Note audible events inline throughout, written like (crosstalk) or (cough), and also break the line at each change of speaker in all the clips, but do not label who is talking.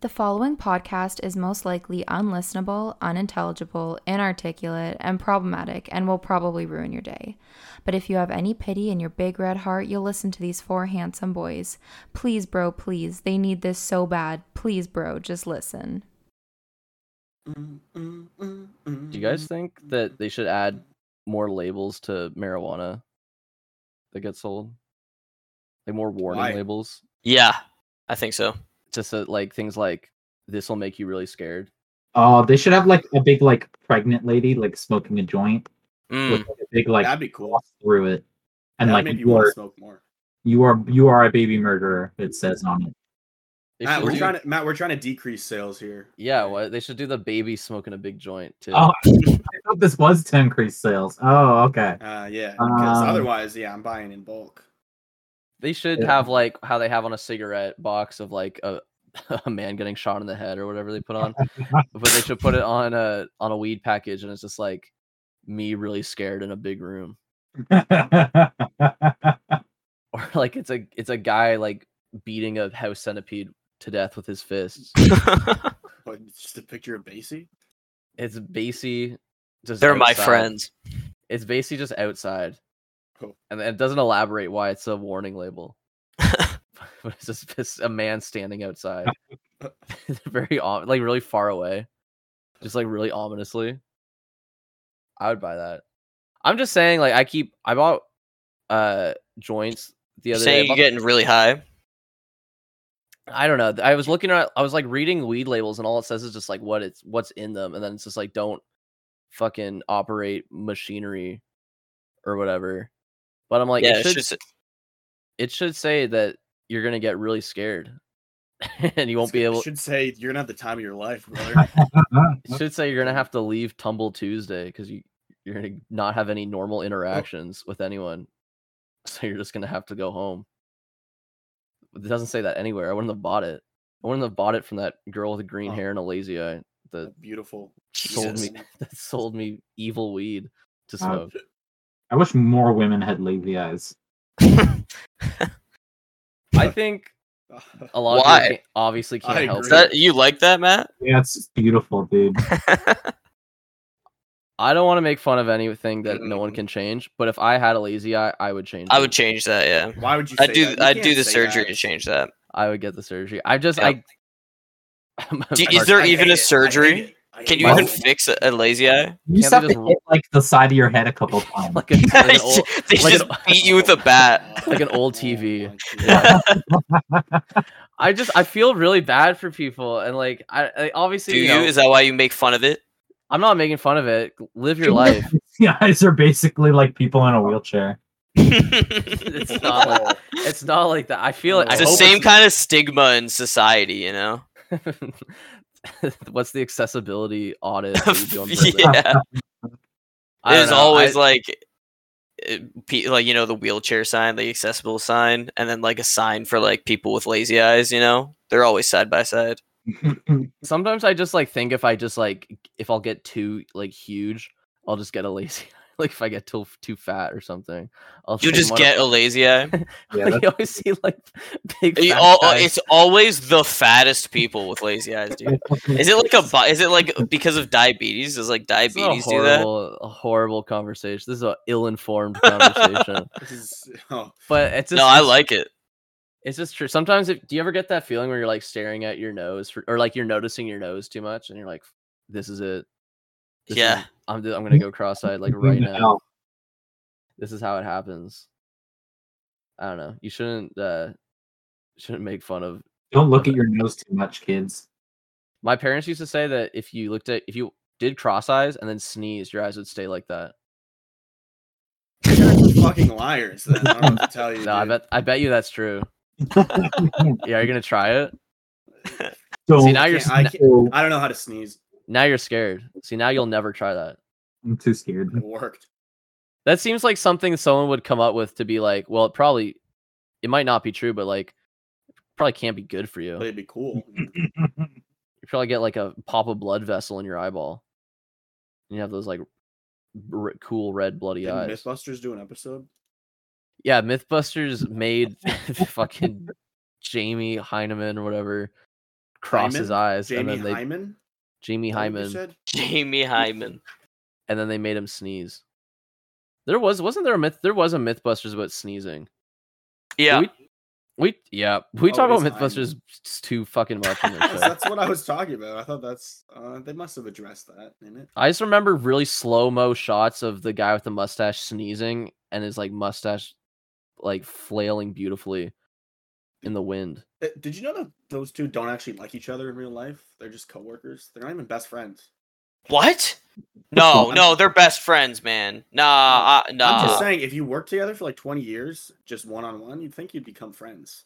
The following podcast is most likely unlistenable, unintelligible, inarticulate, and problematic, and will probably ruin your day. But if you have any pity in your big red heart, you'll listen to these four handsome boys. Please, bro, please. They need this so bad. Please, bro, just listen.
Do you guys think that they should add more labels to marijuana that gets sold? Like more warning
Why?
labels,
Yeah, I think so.
just so, like things like this will make you really scared.
Oh, they should have like a big like pregnant lady like smoking a joint
Mm, (laughs)
(laughs)
with like, a big like
That'd be cool.
cross through it, and
That'd
like
make you
you
want to
are,
smoke more.
you are you are a baby murderer. It says on it.
They
Matt,
should
we're
do-
trying to Matt, we're trying to decrease sales here.
yeah, what they should do the baby smoking a big joint too.
Oh, I thought this was to increase sales. Oh, okay. (laughs)
Uh, yeah, because
Um,
otherwise, yeah, I'm buying in bulk.
They should
Yeah.
have like how they have on a cigarette box of like a, (laughs) a man getting shot in the head or whatever they put
(laughs)
on, but they should put it on a on a weed package and it's just like me really scared in a big room (laughs) or like it's a it's a guy like beating a house centipede to death with his fists.
But it's just a picture of Basie.
It's Basie. Just
they're my
outside.
friends.
It's Basie just outside,
Cool.
and it doesn't elaborate why it's a warning
(laughs)
label. (laughs) but it's just this, a man standing outside, (laughs) very om- like really far away, just like really ominously. I would buy that. I'm just saying, like I keep I bought uh joints the
You're
other
saying
day. I
you're
bought-
getting really high.
I don't know. I was looking at I was like reading weed labels and all it says is just like what it's what's in them and then it's just like don't fucking operate machinery or whatever. But I'm like
yeah,
it,
it's
should,
just
it should say that you're going to get really scared (laughs) and you won't be able
Should say you're not the time of your life,
(laughs)
brother.
it should say you're going to have to leave Tumble Tuesday cuz you you're going to not have any normal interactions with anyone. (laughs) So you're just going to have to go home. It doesn't say that anywhere. I wouldn't have bought it. I wouldn't have bought it from that girl with the green
Oh.
hair and a lazy eye. The
Beautiful.
sold
Jesus.
me
(laughs)
that sold me evil weed to
Uh,
smoke.
I wish more women had lazy eyes.
I think a lot of
Why?
people can't- obviously can't
I
help
Is
agree.
it.
that you like
(laughs)
that, Matt?
Yeah, it's just beautiful, dude.
I don't want to make fun of anything that no one can change, but if I had a lazy eye, I would change.
I
it.
would change that. Yeah,
(laughs) Why would you?
I
say
do.
that? You
I
can't
do the
say
surgery to
that.
change that.
I would get the surgery. I just
Yeah.
I. (laughs) I'm
Do-
a
is there
I
narc-
hate
even a
it. I hate
surgery?
it. I
Can
hate
you
it.
even fix a, a
(laughs)
lazy eye?
You just
Can't
have
they
to
just-
hit like the side of your head a couple times.
like,
(laughs)
a, like,
they
an old, like
just
an-
beat you with a bat.
(laughs) like an old
Oh
TV.
my God.
I just I feel really bad for people, and like I, I obviously
Do
you know,
you? Is that why you make fun
(laughs)
of it?
I'm not making fun of it. Live
(laughs)
your life.
(laughs) the eyes are basically like people in a wheelchair. (laughs)
It's not like it's not like that. I feel it. I
It's the
hope
same kind of stigma in society, you know.
(laughs) What's the accessibility audit? that you do on Berlin?
(laughs)
I
yeah,
don't
there's
know,
always
I-
like, it- pe- like you know, the wheelchair sign, the accessible sign, and then like a sign for like people with lazy eyes. You know, they're always side by side.
sometimes I just like think if I just like g- if I'll get too like huge, I'll just get a lazy. (laughs) Like if I get too too fat or something, I'll
You
think
just
one of- (laughs)
get a lazy eye. (laughs)
Yeah,
like, you always see like (laughs) big.
You
fat
al- uh,
guys.
it's always the fattest people with lazy eyes, dude. Is it like a? bi- Is it like because of diabetes? Does like
This is
diabetes
a
do E that?
horrible, a horrible conversation. This is an ill-informed conversation,
(laughs)
This is- oh,
but it's just,
No, I
it's-
like it. (laughs)
It's just true. Sometimes, if, do you ever get that feeling where you're like staring at your nose, for, or like you're noticing your nose too much, and you're like, "This is it." This is-
Yeah.
I'm. do- I'm gonna go cross-eyed like right now.
(laughs) No.
This is how it happens. I don't know. You shouldn't. uh Shouldn't make fun of.
Don't look at your nose too much,
(laughs)
kids.
My parents used to say that if you looked at, if you did cross eyes and then sneezed, your eyes would stay like that.
you guys are fucking liars. Then I don't know what to tell you.
No, I
dude.
bet. I bet you that's true. Yeah, are you gonna try it?
Don't.
See now you're
can't-
s-
I
n-
can't-
Oh,
I don't know how to sneeze.
now you're scared. See now you'll never try that.
I'm too scared.
Mm-hmm. (laughs)
It worked.
That seems like something someone would come up with to be like, well, it probably, it might not be true, but like, probably can't be good for you.
But
You
it'd be cool.
Mm-hmm. probably get like a pop of blood vessel in your eyeball. And you have those like r- cool red bloody
Didn't
eyes.
Mythbusters do an episode? (laughs)
yeah, (laughs) Mythbusters made fucking Jamie Heineman or whatever cross
Hyman?
his eyes,
Jamie
and then they
Hyman.
Jamie
Is that what you
Hyman, (laughs)
said?
Jamie Hyman.
and then they made him sneeze. There was wasn't there a myth? There was a MythBusters about sneezing.
Yeah.
We, we yeah we
Oh,
talk
it
about
is
MythBusters s- too fucking much.
(laughs)
On this
Yes,
show.
that's what I was talking about. I thought that's uh, they must have addressed that in it.
I just remember really slow mo shots of the guy with the mustache sneezing and his like mustache like flailing beautifully in the wind.
Uh, Did you know that those two don't actually like each other in real life? They're just coworkers. They're not even best friends.
What? No, no, they're best friends, man. Nah, uh, nah.
I'm just saying, if you work together for like 20 years, just one on one, you'd think you'd become friends.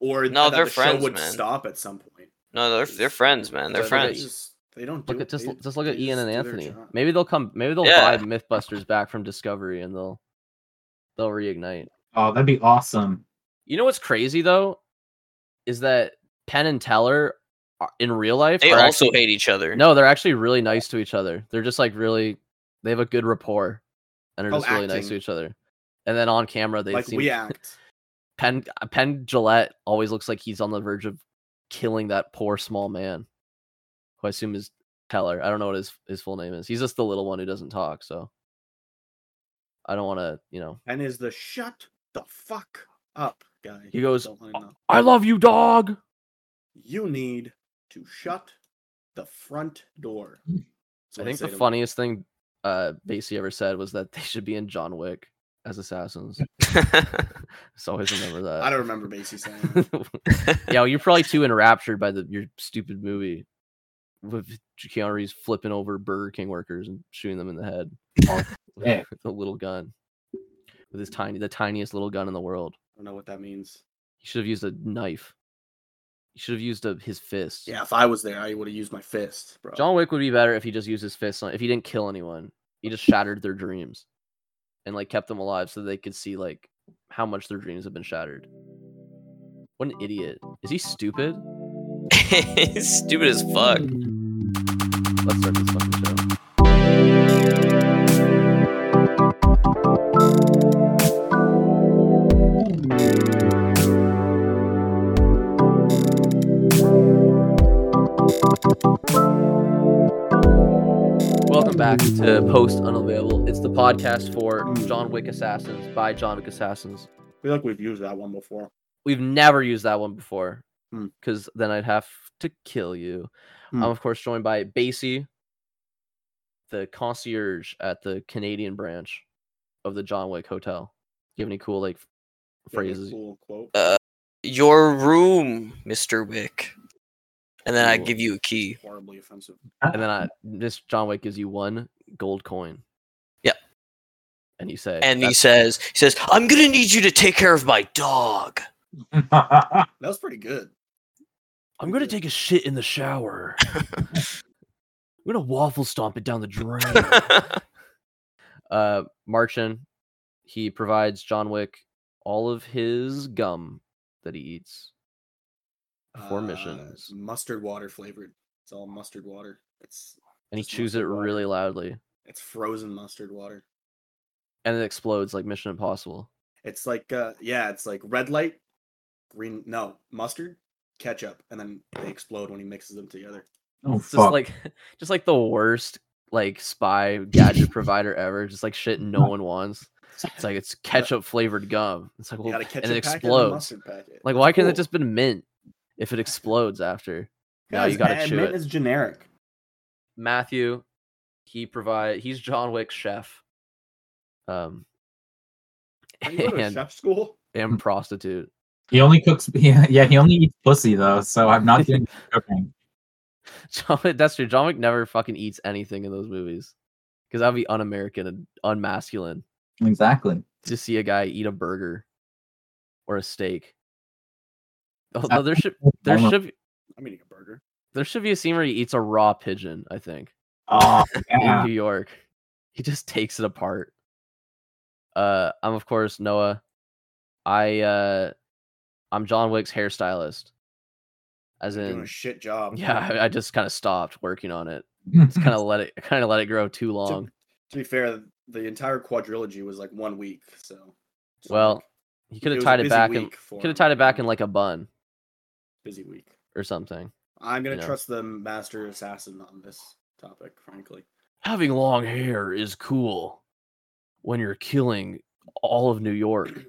Or
No,
that
they're
the
friends,
show would
man.
stop at some point.
no, they're they're friends, man. They're
Look at
They,
friends.
just, they don't do
Look at
it.
just
They-
l- just look at
they
Ian and
just do their
Anthony.
job.
Maybe they'll come. Maybe they'll
Yeah.
buy MythBusters back from Discovery and they'll they'll reignite.
Oh, that'd be
(laughs)
awesome.
You know what's crazy though, is that Penn and Teller are- in real life
They
are
also
actually-
hate each other.
no, they're actually really nice to each other. They're just like really they have a good rapport and are
Oh,
just really nice to
acting.
each other. And then on camera they
like
seem (laughs)
we act.
Penn uh, Penn Gillette always looks like he's on the verge of killing that poor small man, who I assume is Teller. I don't know what his his full name is. He's just the little one who doesn't talk. So I don't want to, you know.
And is the shut the fuck up guy.
He goes,
Don't wanna know.
I love you, dog.
You need to shut the front door. That's
I
what
think
say
the
to him.
funniest thing uh Basie ever said was that they should be in John Wick as assassins. (laughs) so I always remember that.
I don't remember Basie saying. that.
(laughs) yeah, well, you're probably too enraptured by the your stupid movie with Keanu Reeves flipping over Burger King workers and shooting them in the head
Oh, yeah.
(laughs) with a little gun, with his tiny, the tiniest little gun in the world.
I don't know what that
(laughs)
means.
He should have used a knife. He should have used a, his fist.
Yeah, if I was there, I would have used my fist, bro.
John Wick would be better if he just used his fist on. If he didn't kill anyone, he just shattered their dreams, and like kept them alive so they could see like how much their dreams have been shattered. What an idiot! Is he stupid?
(laughs) Stupid as fuck.
Let's start this fucking show. Welcome back to Post Unavailable. It's the podcast for John Wick Assassins by John Wick Assassins.
I feel like we've used that one before.
We've never used that one before
Hmm.
because then I'd have to kill you.
Hmm.
I'm, of course, joined by Basie, the concierge at the Canadian branch of the John Wick Hotel. Do you have any cool, like,
You have any
phrases?
Cool quote.
Uh, Your room, Mister Wick. And then I
Ooh.
give you a key.
Horribly offensive.
And then I, this John Wick gives you one gold coin.
Yeah.
And you say,
And he
"That's-
says, he says, I'm gonna need you to take care of my
(laughs)
dog.
Oh,
That was pretty good.
I'm going to take a shit in the
(laughs)
shower. I'm going to waffle stomp it down the
(laughs)
drain. uh Marchin. He provides John Wick all of his gum that he eats. For
Uh,
missions.
Mustard water flavored. It's all mustard water. It's
And he
Just
chews it
mustard water.
really loudly.
it's frozen mustard water.
And it explodes like Mission Impossible.
It's like uh yeah, it's like red light, green no, mustard, ketchup, and then they explode when he mixes them together.
oh,
It's
fuck.
just like (laughs) just like the worst like spy (laughs) gadget provider ever. Just like shit no one wants. It's like (laughs) it's ketchup flavored gum. It's like
You
well,
got a
and
ketchup
it
packet and a
explodes.
mustard packet.
Like why can't it
cool.
just been mint if it explodes after? No,
Guys,
you gotta
and
chew
mint
it.
is generic.
Matthew, he provide he's John Wick's chef. Um
Can you go to a
(laughs) and-
chef school? (laughs)
and prostitute. (laughs)
He only cooks. (laughs) Yeah, yeah, he only eats pussy though, so I'm
(laughs)
not doing cooking.
John, Wick- that's true. John Wick never fucking eats anything in those movies because that'd be un-American and unmasculine
Exactly.
to see a guy eat a burger or a steak.
(laughs)
Although there should there should be-
I'm eating a burger.
there should be a scene where he eats a raw pigeon. I think (laughs)
Oh
in
yeah.
New York, he just takes it apart. Uh, I'm of course Noah. I uh, I'm John Wick's hairstylist. As
You're doing
in,
a shit job.
(laughs) yeah, I- I just kind of stopped working on it. just
(laughs)
kind of let it kind of let it grow too
To-
long.
To be fair, the entire quadrilogy was like one week, so. so,
Well,
like,
he could have
was a
tied it
busy
back and
week for
could
him,
have tied it back
you
in
know?
like a bun
busy week.
or something.
I'm gonna
You know.
trust the master assassin on this topic, frankly.
Having long hair is cool when you're killing all of New York.
(laughs)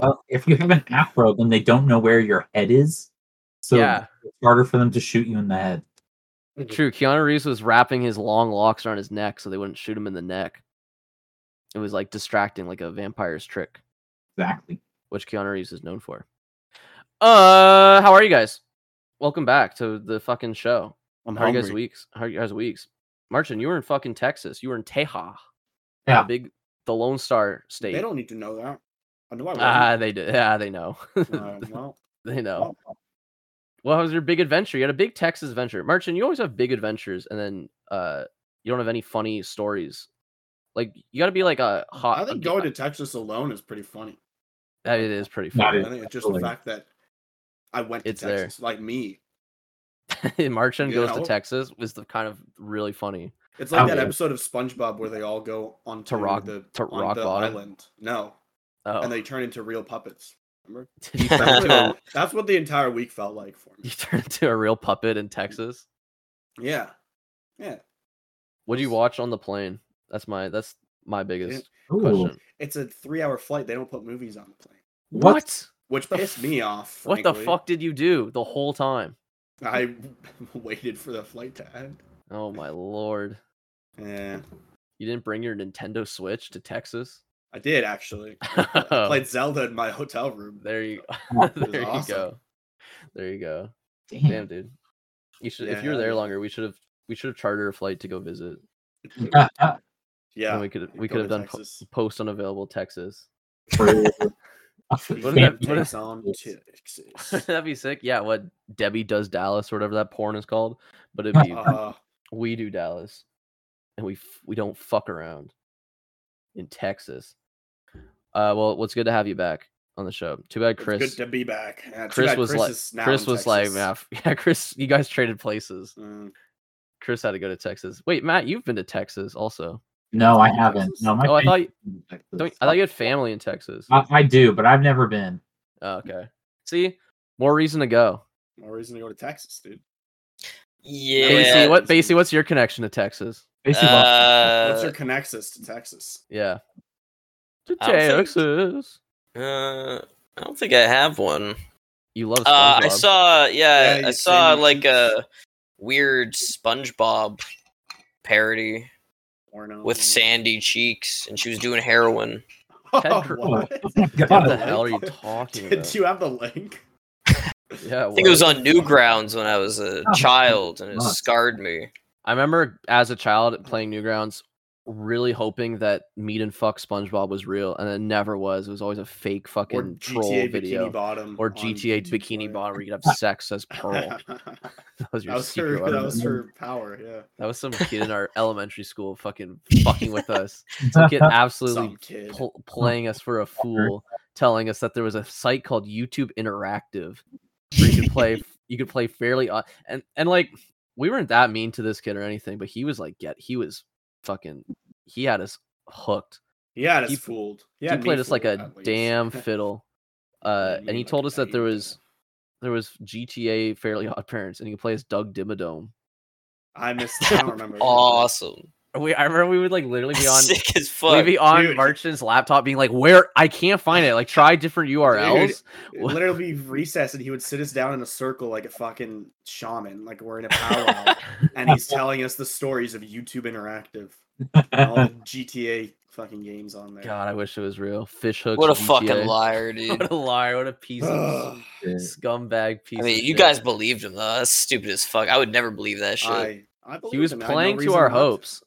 Well, if you have an afro, then they don't know where your head is. So
Yeah.
it's harder for them to shoot you in the head.
True. Keanu Reeves was wrapping his long locks around his neck so they wouldn't shoot him in the neck. It was like distracting, like a vampire's trick,
Exactly.
which Keanu Reeves is known for. Uh, how are you guys? Welcome back to the fucking show.
I'm
How are you guys
hungry.
weeks? How are you guys weeks? Martin, you were in fucking Texas. You were in Teja. the
Yeah.
big the Lone Star state.
They don't need to know that. I know I wouldn't.
Ah, they do. Yeah, they know. (laughs)
Uh, well,
they know.
oh,
Well, how was your big adventure? You had a big Texas adventure. Martin, you always have big adventures and then uh you don't have any funny stories. Like you gotta be like a hot
I think going to Texas alone is pretty funny.
(laughs) that it is pretty
Not
funny.
I think it's just
Absolutely.
the fact that I went to
It's there.
Texas, like me.
(laughs) Martin
You
goes
know?
to Texas was the kind of really funny.
It's like
Oh,
that
yeah.
episode of SpongeBob where they all go on
To rock-
the,
to
on
rock
the
bottom?
island. No,
Oh
and they turn into real puppets. Remember?
(laughs) you turned into a,
That's what the entire week felt like for
you (laughs)
me.
turned into a real puppet in Texas.
Yeah, yeah.
What do you watch on the plane? That's my that's my biggest
Ooh,
question.
It's a three-hour flight. They don't put movies on the plane,
What?
which
The
pissed
f-
me off.
What the
frankly.
fuck did you do the whole time?
I (laughs) waited for the flight to end. Eh,
Oh my lord.
Yeah,
You didn't bring your Nintendo Switch to Texas? (laughs)
I did actually. I played Zelda in my hotel room.
there you (laughs)
Oh,
was
there you
awesome.
go. There you go.
Damn. (laughs)
Damn dude. You should if you were
Yeah.
there longer, we should have we should have chartered a flight to go visit.
(laughs)
Yeah,
and we could Oh we
go
could have
to
done po- (laughs)
Texas.
post unavailable Texas. (laughs)
(laughs)
(laughs)
What
did that-
that,
what did-
takes on
(laughs)
Texas. Uh,
That'd be sick. Yeah, what Debbie does Dallas or whatever that porn is called, but it'd be
Uh,
we do Dallas, and we f- we don't fuck around in Texas. Uh, well, what's good to have you back on the show. Too bad
it's
Chris.
good to be back. Yeah, too
Chris
bad
was like,
is now
Chris
in
was like,
Texas.
yeah, f- (laughs) yeah, Chris, you guys traded places.
Mm,
Chris had to go to Texas. Wait, Matt, you've been to Texas also.
no, I haven't. No, my
Oh, I thought,
family-
don't, I thought you had family in Texas.
I, I do, but I've never been.
Oh, okay. See, more reason to go.
no reason to go to Texas, dude.
Yeah.
Basie, what, Basie, what's your connection to Texas?
Basically,
What's
Uh,
your connexus to Texas?
Yeah. To
I don't think-
Texas.
uh, I don't think I have one.
You love
Uh,
SpongeBob.
I saw, yeah,
Yeah,
I
you
saw
seen-
like a weird SpongeBob parody
Orno. (laughs)
with sandy cheeks, and she was doing heroin.
Ted Cru-
What?
Oh
(laughs)
my
What
God.
the hell are you talking
Did
about?
you have the link?
Yeah,
I think it was
what?
on Newgrounds when I was a
Oh,
child, and it
fuck.
scarred me.
I remember as a child playing Newgrounds, really hoping that Meet and Fuck SpongeBob was real, and it never was. It was always a fake
Or
fucking troll
GTA
video.
Bikini Bottom?
or
on
GTA Bikini
Play. (laughs)
Bottom where you could have sex as Pearl.
that
(laughs) That was your
was
secret
her.
weapon.
That was her power. Yeah. (laughs)
some kid in our elementary school fucking fucking with us. (laughs) Some kid
That's
(laughs)
absolutely
Some kid.
pl- playing us for a fool, telling us that there was a site called YouTube Interactive where you
(laughs)
could play you could play fairly odd and and like we weren't that mean to this kid or anything, but he was like get he was fucking he had us hooked.
He had us
he-
fooled.
he
had me
played us like
fooled,
a
at least. (laughs)
damn fiddle. Uh,
me
and he
like
told
a
us that there
damn
was there was GTA Fairly Odd Parents, and he could play as Doug Dimmadome.
I
(laughs)
missed. I don't remember.
Awesome,
We I remember we would like literally
(laughs)
be (laughs) on
sick as
we'd
fuck.
be on
Dude.
Marchin's laptop, being like, "Where I can't find it. Like try different URLs."
It'd
What-
literally be recess, and he would sit us down in a circle like a fucking shaman, like we're in a
(laughs)
powwow, and he's telling us the stories of YouTube Interactive, and all
(laughs)
(laughs)
the GTA fucking games on there.
God, I wish it was real. Fish hooks.
What a
GTA.
fucking liar, dude.
(laughs) What a liar! What a piece of
(sighs)
Ugh,
scumbag piece.
I
of
mean, you
shit.
guys believed him though. That's stupid as fuck. I would never believe that shit.
(sighs) I, I
He
believed
was
him. I had no
playing to
reason
our
not to.
hopes,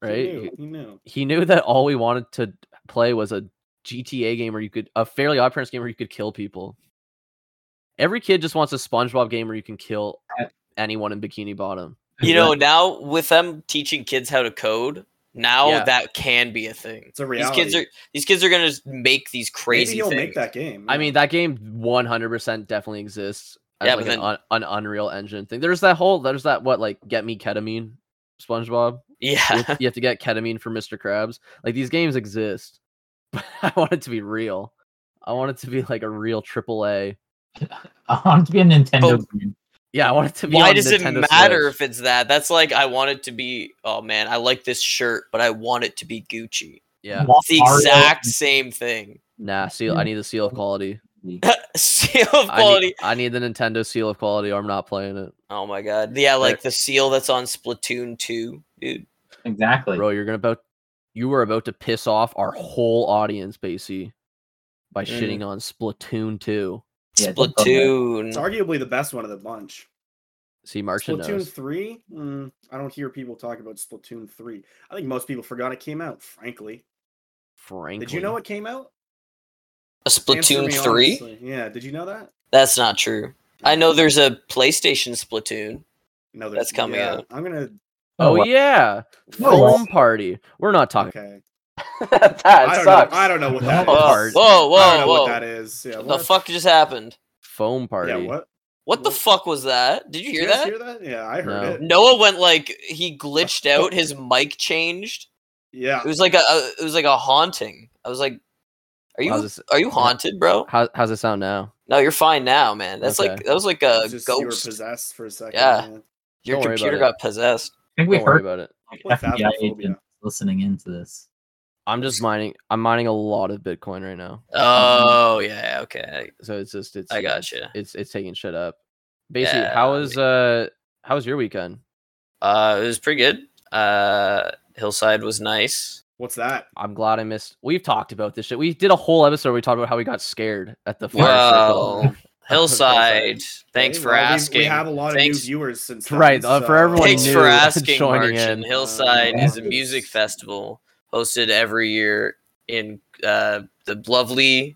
right?
He knew. He knew.
he knew that all we wanted to play was a GTA game where you could a fairly odd parents game where you could kill people. Every kid just wants a SpongeBob game where you can kill
Yeah.
anyone in Bikini Bottom.
you know, now with them teaching kids how to code, now
Yeah.
that can be a thing.
It's a
These
reality.
kids are these kids are gonna just make these
Maybe
crazy
he'll
things.
make that game.
I
yeah.
mean, that game 100% definitely exists as
Yeah,
like
but
an,
then-
un- an Unreal Engine thing. There's that whole there's that what like get me ketamine SpongeBob. You
(laughs) Yeah,
have, you have to get ketamine for Mr. Krabs. Like these games exist, (laughs) but I want it to be real. I want it to be like a real AAA Oh.
I want it to be a Nintendo game.
Yeah, I want it to be.
Why
on
does it
Nintendo
matter
Switch.
if it's that? That's like I want it to be. Oh man, I like this shirt, but I want it to be Gucci.
Yeah.
Mario-
It's the exact same thing.
Nah, seal. I need the seal of quality.
(laughs) seal of
I need,
quality.
I need the Nintendo seal of quality, or I'm not playing it.
Oh my god. Yeah, like the seal that's on Splatoon 2, dude.
Exactly.
Bro, you're gonna about you were about to piss off our whole audience, Basie, by
Mm.
shitting on Splatoon 2.
Yeah, don't go there.
It's
Splatoon.
arguably the best one of the bunch.
See, Martian
Splatoon
knows.
three. Mm, I don't hear people talk about Splatoon three. I think most people forgot it came out. Frankly,
Frankly,
did you know it came out?
A
Answer
Splatoon
me
3?
honestly. Yeah. Did you know that?
That's not true. I know there's a PlayStation
(laughs)
Splatoon.
No,
That's coming out.
I'm gonna.
Oh,
wow.
yeah,
No,
foam
well-
party. We're not talking.
Okay.
that
I don't
sucks.
know. I don't know what that
No.
is.
Whoa,
Hard.
whoa,
I don't know
whoa.
what that is. Yeah,
The
what?
fuck just happened?
Foam party.
Yeah. What?
What the
What?
fuck was that? Did
Did
you hear
you guys
that?
Hear that? Yeah, I heard
No.
it.
Noah went like
(laughs)
he glitched out. His mic changed.
Yeah.
It was like a, a- it was like a haunting. I was like, "Are you
How's this-
are you haunted, bro?"
How, how's it sound now?
No, you're fine now, man. That's
Okay.
like that was like
It's
a
just you were
ghost.
possessed for a second.
Yeah.
yeah.
Your
Don't worry
computer
about
got possessed.
I think we
Don't worry
heard
about it.
like, FBI
Phasmophobia.
agents listening into this.
I'm just mining. I'm mining a lot of Bitcoin right now,
Mm-hmm.
Oh yeah, okay,
so it's just it's.
I, I gotcha.
It's it's taking shit up. Basically,
Yeah,
how
I
is uh how was your weekend?
Uh, it was pretty good. Uh, Hillside
(laughs)
was nice.
What's that?
I'm glad I missed. We've talked about this shit. We did a whole episode. Where we talked about how we got scared at the fire
Well,
(laughs) Hillside.
Hillside. Thanks
Okay,
for
well, we-
asking.
We have a lot of
Thanks-
new viewers since.
circle. Right
then,
uh,
so-
for everyone.
(laughs) Thanks
new
(laughs)
(laughs)
for
and
asking,
joining in.
Marchin. Hillside
Uh,
is a
(laughs)
music festival hosted every year in uh, the lovely,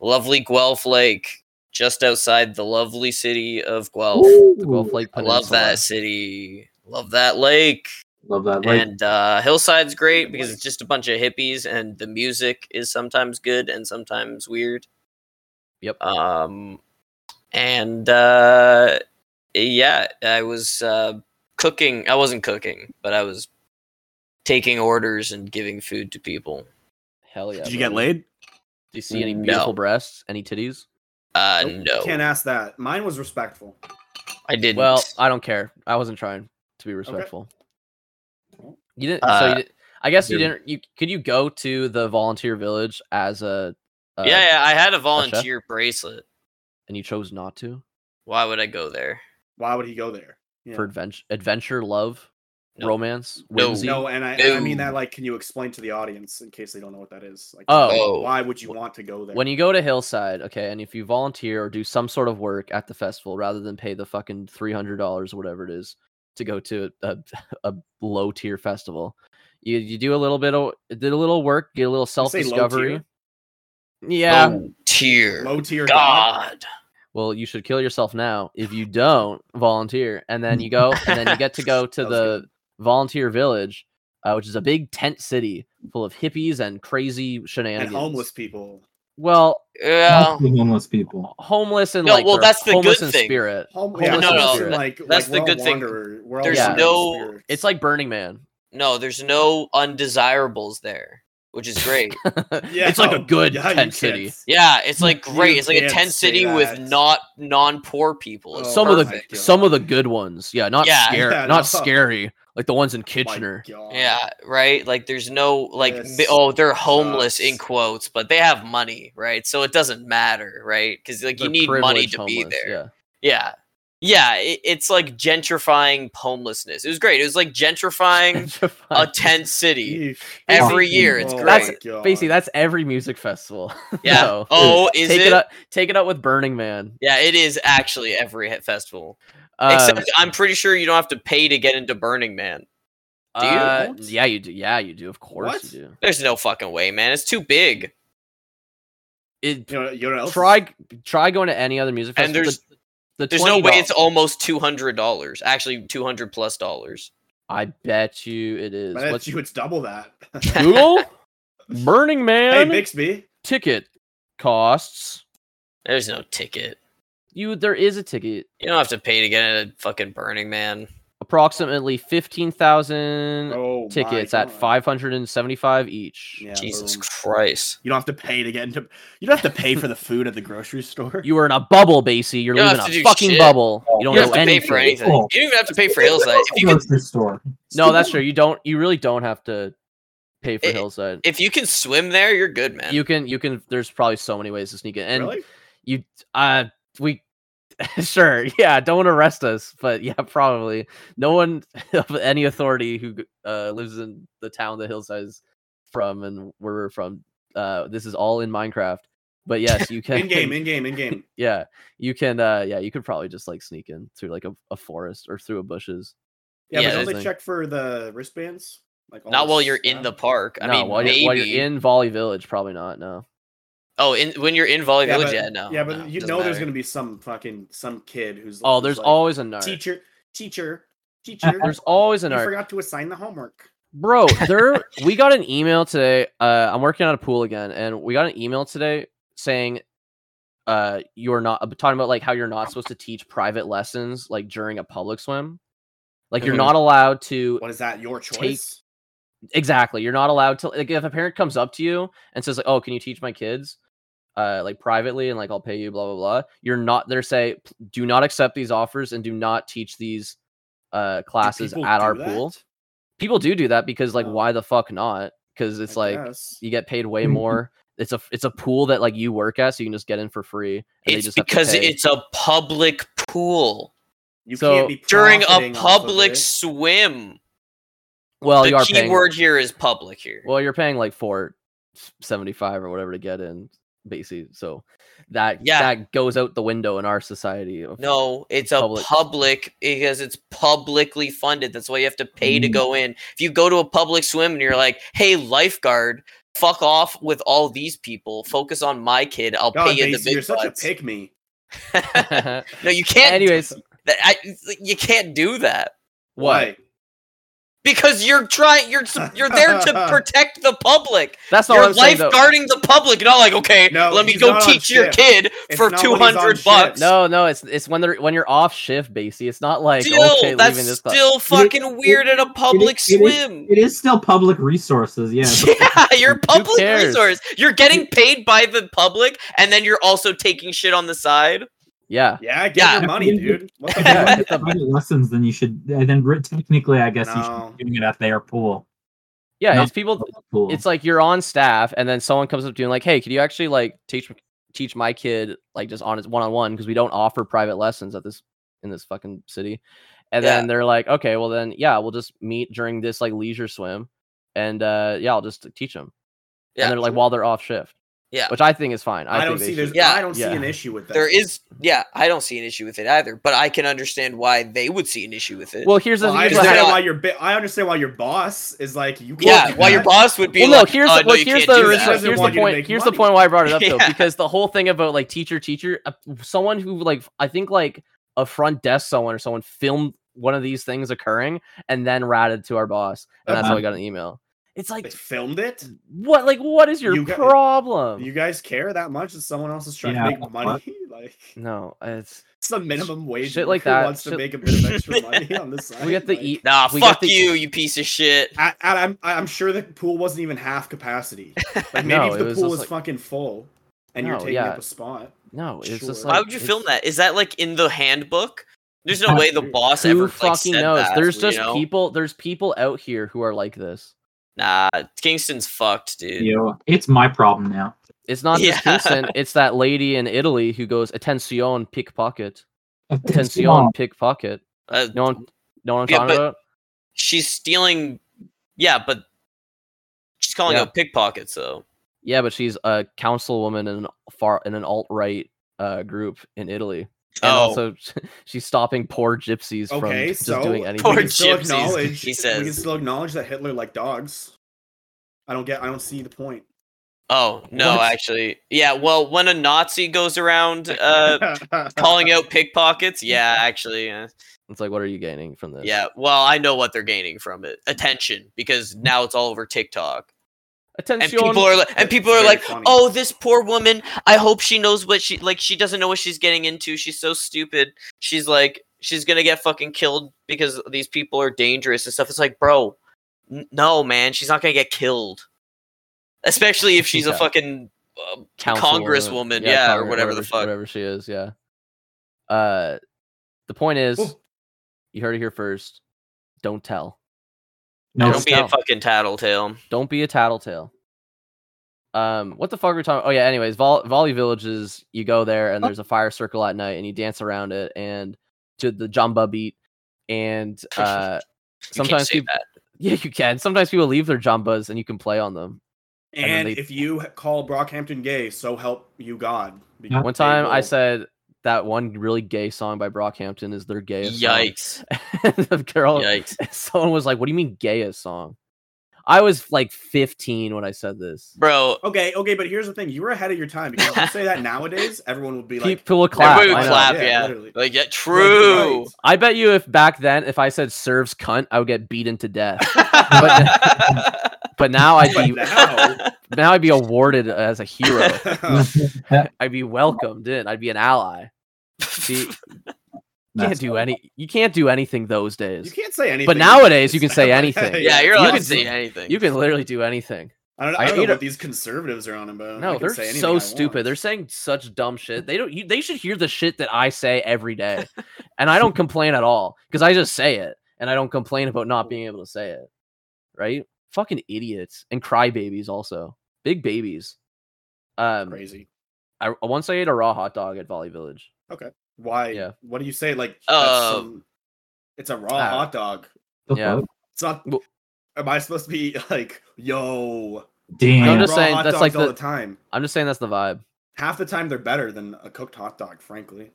lovely Guelph Lake, just outside the lovely city of Guelph.
The Gulf Lake
I
Peninsula.
love that city. Love that lake.
Love that. Like,
and uh, Hillside's great because it's just a bunch of hippies, and the music is sometimes good and sometimes weird.
Yep.
Um, and uh, yeah, I was uh, cooking. I wasn't cooking, but I was taking orders and giving food to people.
Hell yeah.
Did you get
bro.
laid?
Do you see any
No.
beautiful breasts? Any titties?
Uh,
Nope, Can't
no,
ask that. Mine was respectful.
I didn't.
Well, I don't care. I wasn't trying to be respectful. You didn't. so you
Uh,
did, I guess you
dude.
didn't. You could you go to the volunteer village as a, a
yeah, yeah, I had a volunteer bracelet.
and you chose not to
Why would I go there?
Why would he go there? Yeah.
for adventure, adventure, love,
No.
romance,
No.
whimsy.
no, and I, I mean that. Like, can you explain to the audience in case they don't know what that is? Like,
Oh.
why would you want to go there?
When you go to Hillside, okay, and if you volunteer or do some sort of work at the festival rather than pay the fucking three hundred dollars or whatever it is to go to a, a (laughs) low tier festival, you you do a little bit of did a little work, get a little self
say low tier? Oh.
discovery. Yeah,
Volunteer.
low tier god.
God.
well, you should kill yourself now if you don't volunteer. And then you go, and then you get
(laughs)
to go to
That was
the volunteer village, uh, which is a big tent city full of hippies and crazy
and
shenanigans.
homeless people,
Well,
Yeah.
mostly homeless people.
homeless and
No,
like
well,
or
that's the
homeless
good
in
thing.
spirit.
Home,
Homeless
yeah,
in
no, no,
spirit.
and, like like,
that's the
we're all
good thing.
wanderer- we're all
There's
wandering
no-
spirits.
It's like Burning Man. (laughs)
No, there's no undesirables there, which is great.
it's like a
no,
good
yeah, you
tent
can't
city.
s-
yeah, it's like
You
great. It's like a
can't
tent
say
city with
that.
not non poor people. It's
Some of the
perfect.
God.
some of the good ones. Yeah, not
Yeah.
scary,
Yeah,
not
no.
scary. Like the ones in
My
Kitchener.
God.
yeah, right. Like there's no like
This
they- oh they're homeless in
sucks.
quotes, but they have money, right? So it doesn't matter, right? Because like you
They're
need money
privileged
to be
homeless,
there.
Yeah.
Yeah. Yeah, it, it's like gentrifying homelessness. It was great. It was like
(laughs)
gentrifying (laughs) a tent city
Eesh.
every
Basically-
year. It's
Oh,
great.
That's-
God.
Basically, that's every music festival. (laughs)
yeah.
No. (laughs)
Oh, is
take
it?
it up, take it up with Burning Man.
yeah, it is actually every he- festival.
Um,
Except I'm pretty sure you don't have to pay to get into Burning Man. do you?
uh, yeah, you do. Yeah, you do. Of course,
What?
you do.
There's no fucking way, man. It's too big.
It,
You know, you know what else is-
try try going to any other music
And
festival.
there's-
the, the
There's no way it's
$20
almost two hundred dollars. Actually, two hundred plus dollars.
I bet you it is.
I bet
What's
you it's double that.
(laughs) Google? Burning
hey,
Man
Bixby.
ticket costs.
There's no ticket.
You there is a ticket.
You don't have to pay to get into fucking Burning Man.
approximately 15,000
Oh, my
tickets at
God.
575 each.
Yeah,
Jesus
boom.
Christ.
You don't have to pay to get into. You don't have to pay for the food at the grocery store.
You were in a bubble, Basie. You're
You don't
living
have to
a
do
fucking
shit.
bubble. You don't
You don't
know
have to pay
anything.
for anything. You
Cool.
don't even have to pay for Hillside. If you can,
Grocery store.
No,
(laughs)
that's true. You don't. You really don't have to pay for
It-
Hillside.
if you can swim there, you're good, man.
You can. You can. There's probably so many ways to sneak in. And
really?
you, uh, we, (laughs) sure, yeah. Don't arrest us, but yeah, probably. No one (laughs) of any authority who g- uh, lives in the town that Hillside is from and where we're from. Uh, this is all in Minecraft. But yes, you can.
In game, in game, in game.
(laughs) yeah, you can. Uh, yeah, you could probably just like sneak in through like a, a forest or through a bushes.
Yeah,
Yeah,
but don't they
there's-
check for the wristbands? Like all
Not
the
while you're in
stuff?
the park. I
no,
mean,
while,
maybe.
you're, while you're in Volley Village, probably not. No.
oh, in, when you're in Volley
Yeah,
Village,
but-
yeah, no.
yeah, but
no,
you
doesn't
know there's
matter.
gonna be some fucking some kid who's.
Oh,
who's
there's
like,
always a nerd.
teacher, teacher, teacher.
There's always an
you
art.
forgot to assign the homework.
Bro, there we got an email today. Uh I'm working on a pool again and we got an email today saying uh you're not talking about like how you're not supposed to teach private lessons like during a public swim. Like you're
Mhm.
not allowed to
What is that? Your choice.
exactly you're not allowed to like if a parent comes up to you and says like oh can you teach my kids uh like privately and like i'll pay you blah blah blah you're not there to say "P- do not accept these offers and do not teach these uh classes
people
at
do
our
that?
pool people do do that because like
Oh.
why the fuck not because it's
I
like
guess.
you get paid
(laughs)
way
Mhm.
more it's a it's a pool that like you work at so you can just get in for free and they
It's
just have to
because
pay.
it's a public pool
you
so-
can't be
during a
profiting off of
public
it.
swim.
well you
the
are
key
paying
word here is public here.
well you're paying like four seventy five or whatever to get in basically so that
Yeah.
that goes out the window in our society of- (laughs)
no, it's a
public.
public. because it's publicly funded. That's why you have to pay to
Mm.
go in. If you go to a public swim and you're like, "Hey, lifeguard, fuck off with all these people. Focus on my kid. I'll
God,
pay you
Macy,
the big
you're such a
bucks."
pick me.
No, you (laughs) can't.
anyways
That, I, you can't do that
what
Why?
because you're
(laughs)
trying. You're sup- you're there to protect the public.
that's not
you're
what i'm saying though.
lifeguarding the public. You're not like, okay,
No,
let me
he's
go
not on
teach your
shift.
kid
It's
for
not
two
when he's on
hundred
shift.
bucks.
no no it's it's when they're when you're off shift basically it's not like
still,
okay leaving
that's
this class.
still fucking
it-
weird at a public
it is-
swim.
It is still public
(laughs)
(laughs)
resources. Yeah. but-
yeah, you're a public
cares?
resource. You're getting paid by the public, and then you're also taking shit on the side.
yeah
Yeah, get
Yeah.
your
(laughs)
money, dude. What the
If you
Yeah.
fuck?
want to provide lessons, then you should. And then re- technically, I guess you
No.
should be doing it at their pool.
yeah
No.
it's people
Pool.
it's like you're on staff and then someone comes up to you and like hey can you actually like teach teach my kid like just on his one-on-one because we don't offer private lessons at this in this fucking city and
Yeah.
then they're like okay well then yeah we'll just meet during this like leisure swim and uh yeah i'll just teach them
Yeah.
and they're like while they're off shift
Yeah.
which i think is fine i,
I,
think
don't
they
see there's
should-
Yeah.
I don't
Yeah.
see an issue with that.
There is, yeah, I don't see an issue with it either, but I can understand why they would see an issue with it.
well here's the
Well, I
here's what
understand
happened-
why your bi- I understand why your boss is like you.
yeah,
can't do
why your
that.
boss would be
well, no,
like,
here's
"Oh,
the
no,
well,
you
here's
can't
the
do
reason-
reason,
that."
Doesn't
here's the
want you to
point
make
here's the
money.
point why I brought it up though
Yeah.
because the whole thing about like teacher teacher uh, someone who like I think like a front desk someone or someone filmed one of these things occurring and then ratted to our boss and that's how
Uh-huh.
we got an email. It's
They
like
filmed it.
what like what is your
You got-
problem?
You guys care that much that someone else is trying
Yeah,
to make money? (laughs) Like
no, it's
it's the minimum wage.
Shit like
worker
that,
Wants to
shit-
make a bit of
(laughs)
extra money on the side.
we got the
like-
eat.
Nah,
we got
fuck
the-
you, you piece of shit.
I, I, I'm I'm sure the pool wasn't even half
(laughs)
capacity. Like maybe
No,
if
it
the
was
pool
just
was
like-
fucking full, and you're
No,
taking
yeah.
up a spot.
No, it's just
Sure.
like
Why would you
it's-
film that? Is that like in the handbook? There's no
Yeah.
way the boss
Who
ever like,
fucking
said
knows?
that,
there's
you
just
know?
people. There's people out here who are like this.
Nah, Kingston's fucked, dude.
you know, it's my problem now.
It's not just
(laughs) Yeah.
Kingston. It's that lady in Italy who goes attention pickpocket. Attention pickpocket.
Uh,
No one, no one
Yeah,
talking
but-
about.
she's stealing. Yeah, but she's calling
Yeah.
out pickpockets though.
Yeah, but she's a councilwoman in an far in an alt right uh, group in Italy, and
Oh.
also (laughs) she's stopping poor gypsies
Okay,
from just
so
doing
Poor
anything.
we can still
gypsies,
acknowledge.
he
we can
says.
still acknowledge that Hitler liked dogs. I don't get. I don't see the point.
Oh no,
What?
actually, yeah. Well, when a Nazi goes around uh,
(laughs)
calling out
(laughs)
pickpockets, yeah, actually, uh,
It's like, what are you gaining from this?
yeah. Well, I know what they're gaining from it: attention, because now it's all over TikTok, and
attention.
people are like, and
That's
people are
very
like,
funny.
"Oh, this poor woman. I hope she knows what she like. She doesn't know what she's getting into. She's so stupid. She's like, she's gonna get fucking killed because these people are dangerous and stuff. It's like, bro, n- no, man, she's not gonna get killed. Especially if she's a
Yeah.
fucking uh,
councilwoman.
Congresswoman, yeah, or
Congre-
whatever the
she-
fuck.
whatever she is, yeah. Uh, the point is,
Ooh.
you heard it here first. Don't tell.
No,
don't be a
stop.
fucking tattletale.
Don't be a tattletale. Um, what the fuck are we talking? Oh yeah. Anyways, Vol- Volley Villages. You go there
Oh.
and there's a fire circle at night, and you dance around it and to the jamba beat.
(laughs)
And uh,
You
Sometimes
can't say
peop- yeah, you can. Sometimes people leave their jambas and you can play on them.
And,
then they-
if you call Brockhampton gay, so help you God.
Yeah.
One time, I
will-
said that one really gay song by Brockhampton is their
that.
gayest. song. (laughs)
Yikes!
the girl, (laughs)
Yikes!
someone was like, "What do you mean gayest song?" I was like 15 when I said this.
Bro,
Okay, okay, but here's the thing: you were ahead of your time because if you say
(laughs)
that nowadays, everyone would be like,
People would clap.
Everybody would
I know.
clap. yeah.
literally.
like yeah,
Like, you're
true. (laughs)
right.
I bet you if back then, if I said serves cunt, I would get beaten to death. But now I'd
But (laughs)
be now I'd be awarded as a hero.
(laughs)
now, (laughs)
(laughs)
I'd be welcomed in. I'd be an ally.
(laughs)
See, you can't do any. You can't do anything those
you
days.
can't say anything.
nowadays, you can
(laughs)
say anything.
yeah, you're
You
allowed
can
to say
do-
anything.
You can literally do anything.
I don't,
I
I don't know
either-
what these conservatives are on about. I
No,
can
they're
say anything I
so
want.
stupid. They're saying such dumb shit. They don't. You, they should hear the shit that I say
(laughs)
every day, and I don't complain at all because I just say it, and I don't complain about not being able to say it. Right? Fucking idiots and crybabies also. Big babies. Um,
crazy.
I I- once I ate a raw hot dog at Volley Village.
Why?
yeah.
What do you say? Like, that's
Uh,
some- it's a raw
uh,
hot dog.
Yeah.
It's not.
Well-
Am I supposed to be (laughs) like, yo? I
I'm
eat
Damn.
just
raw
saying
hot
that's
dogs
like
all
the-
the time.
I'm just saying that's the vibe.
Half the time they're better than a cooked hot dog, frankly.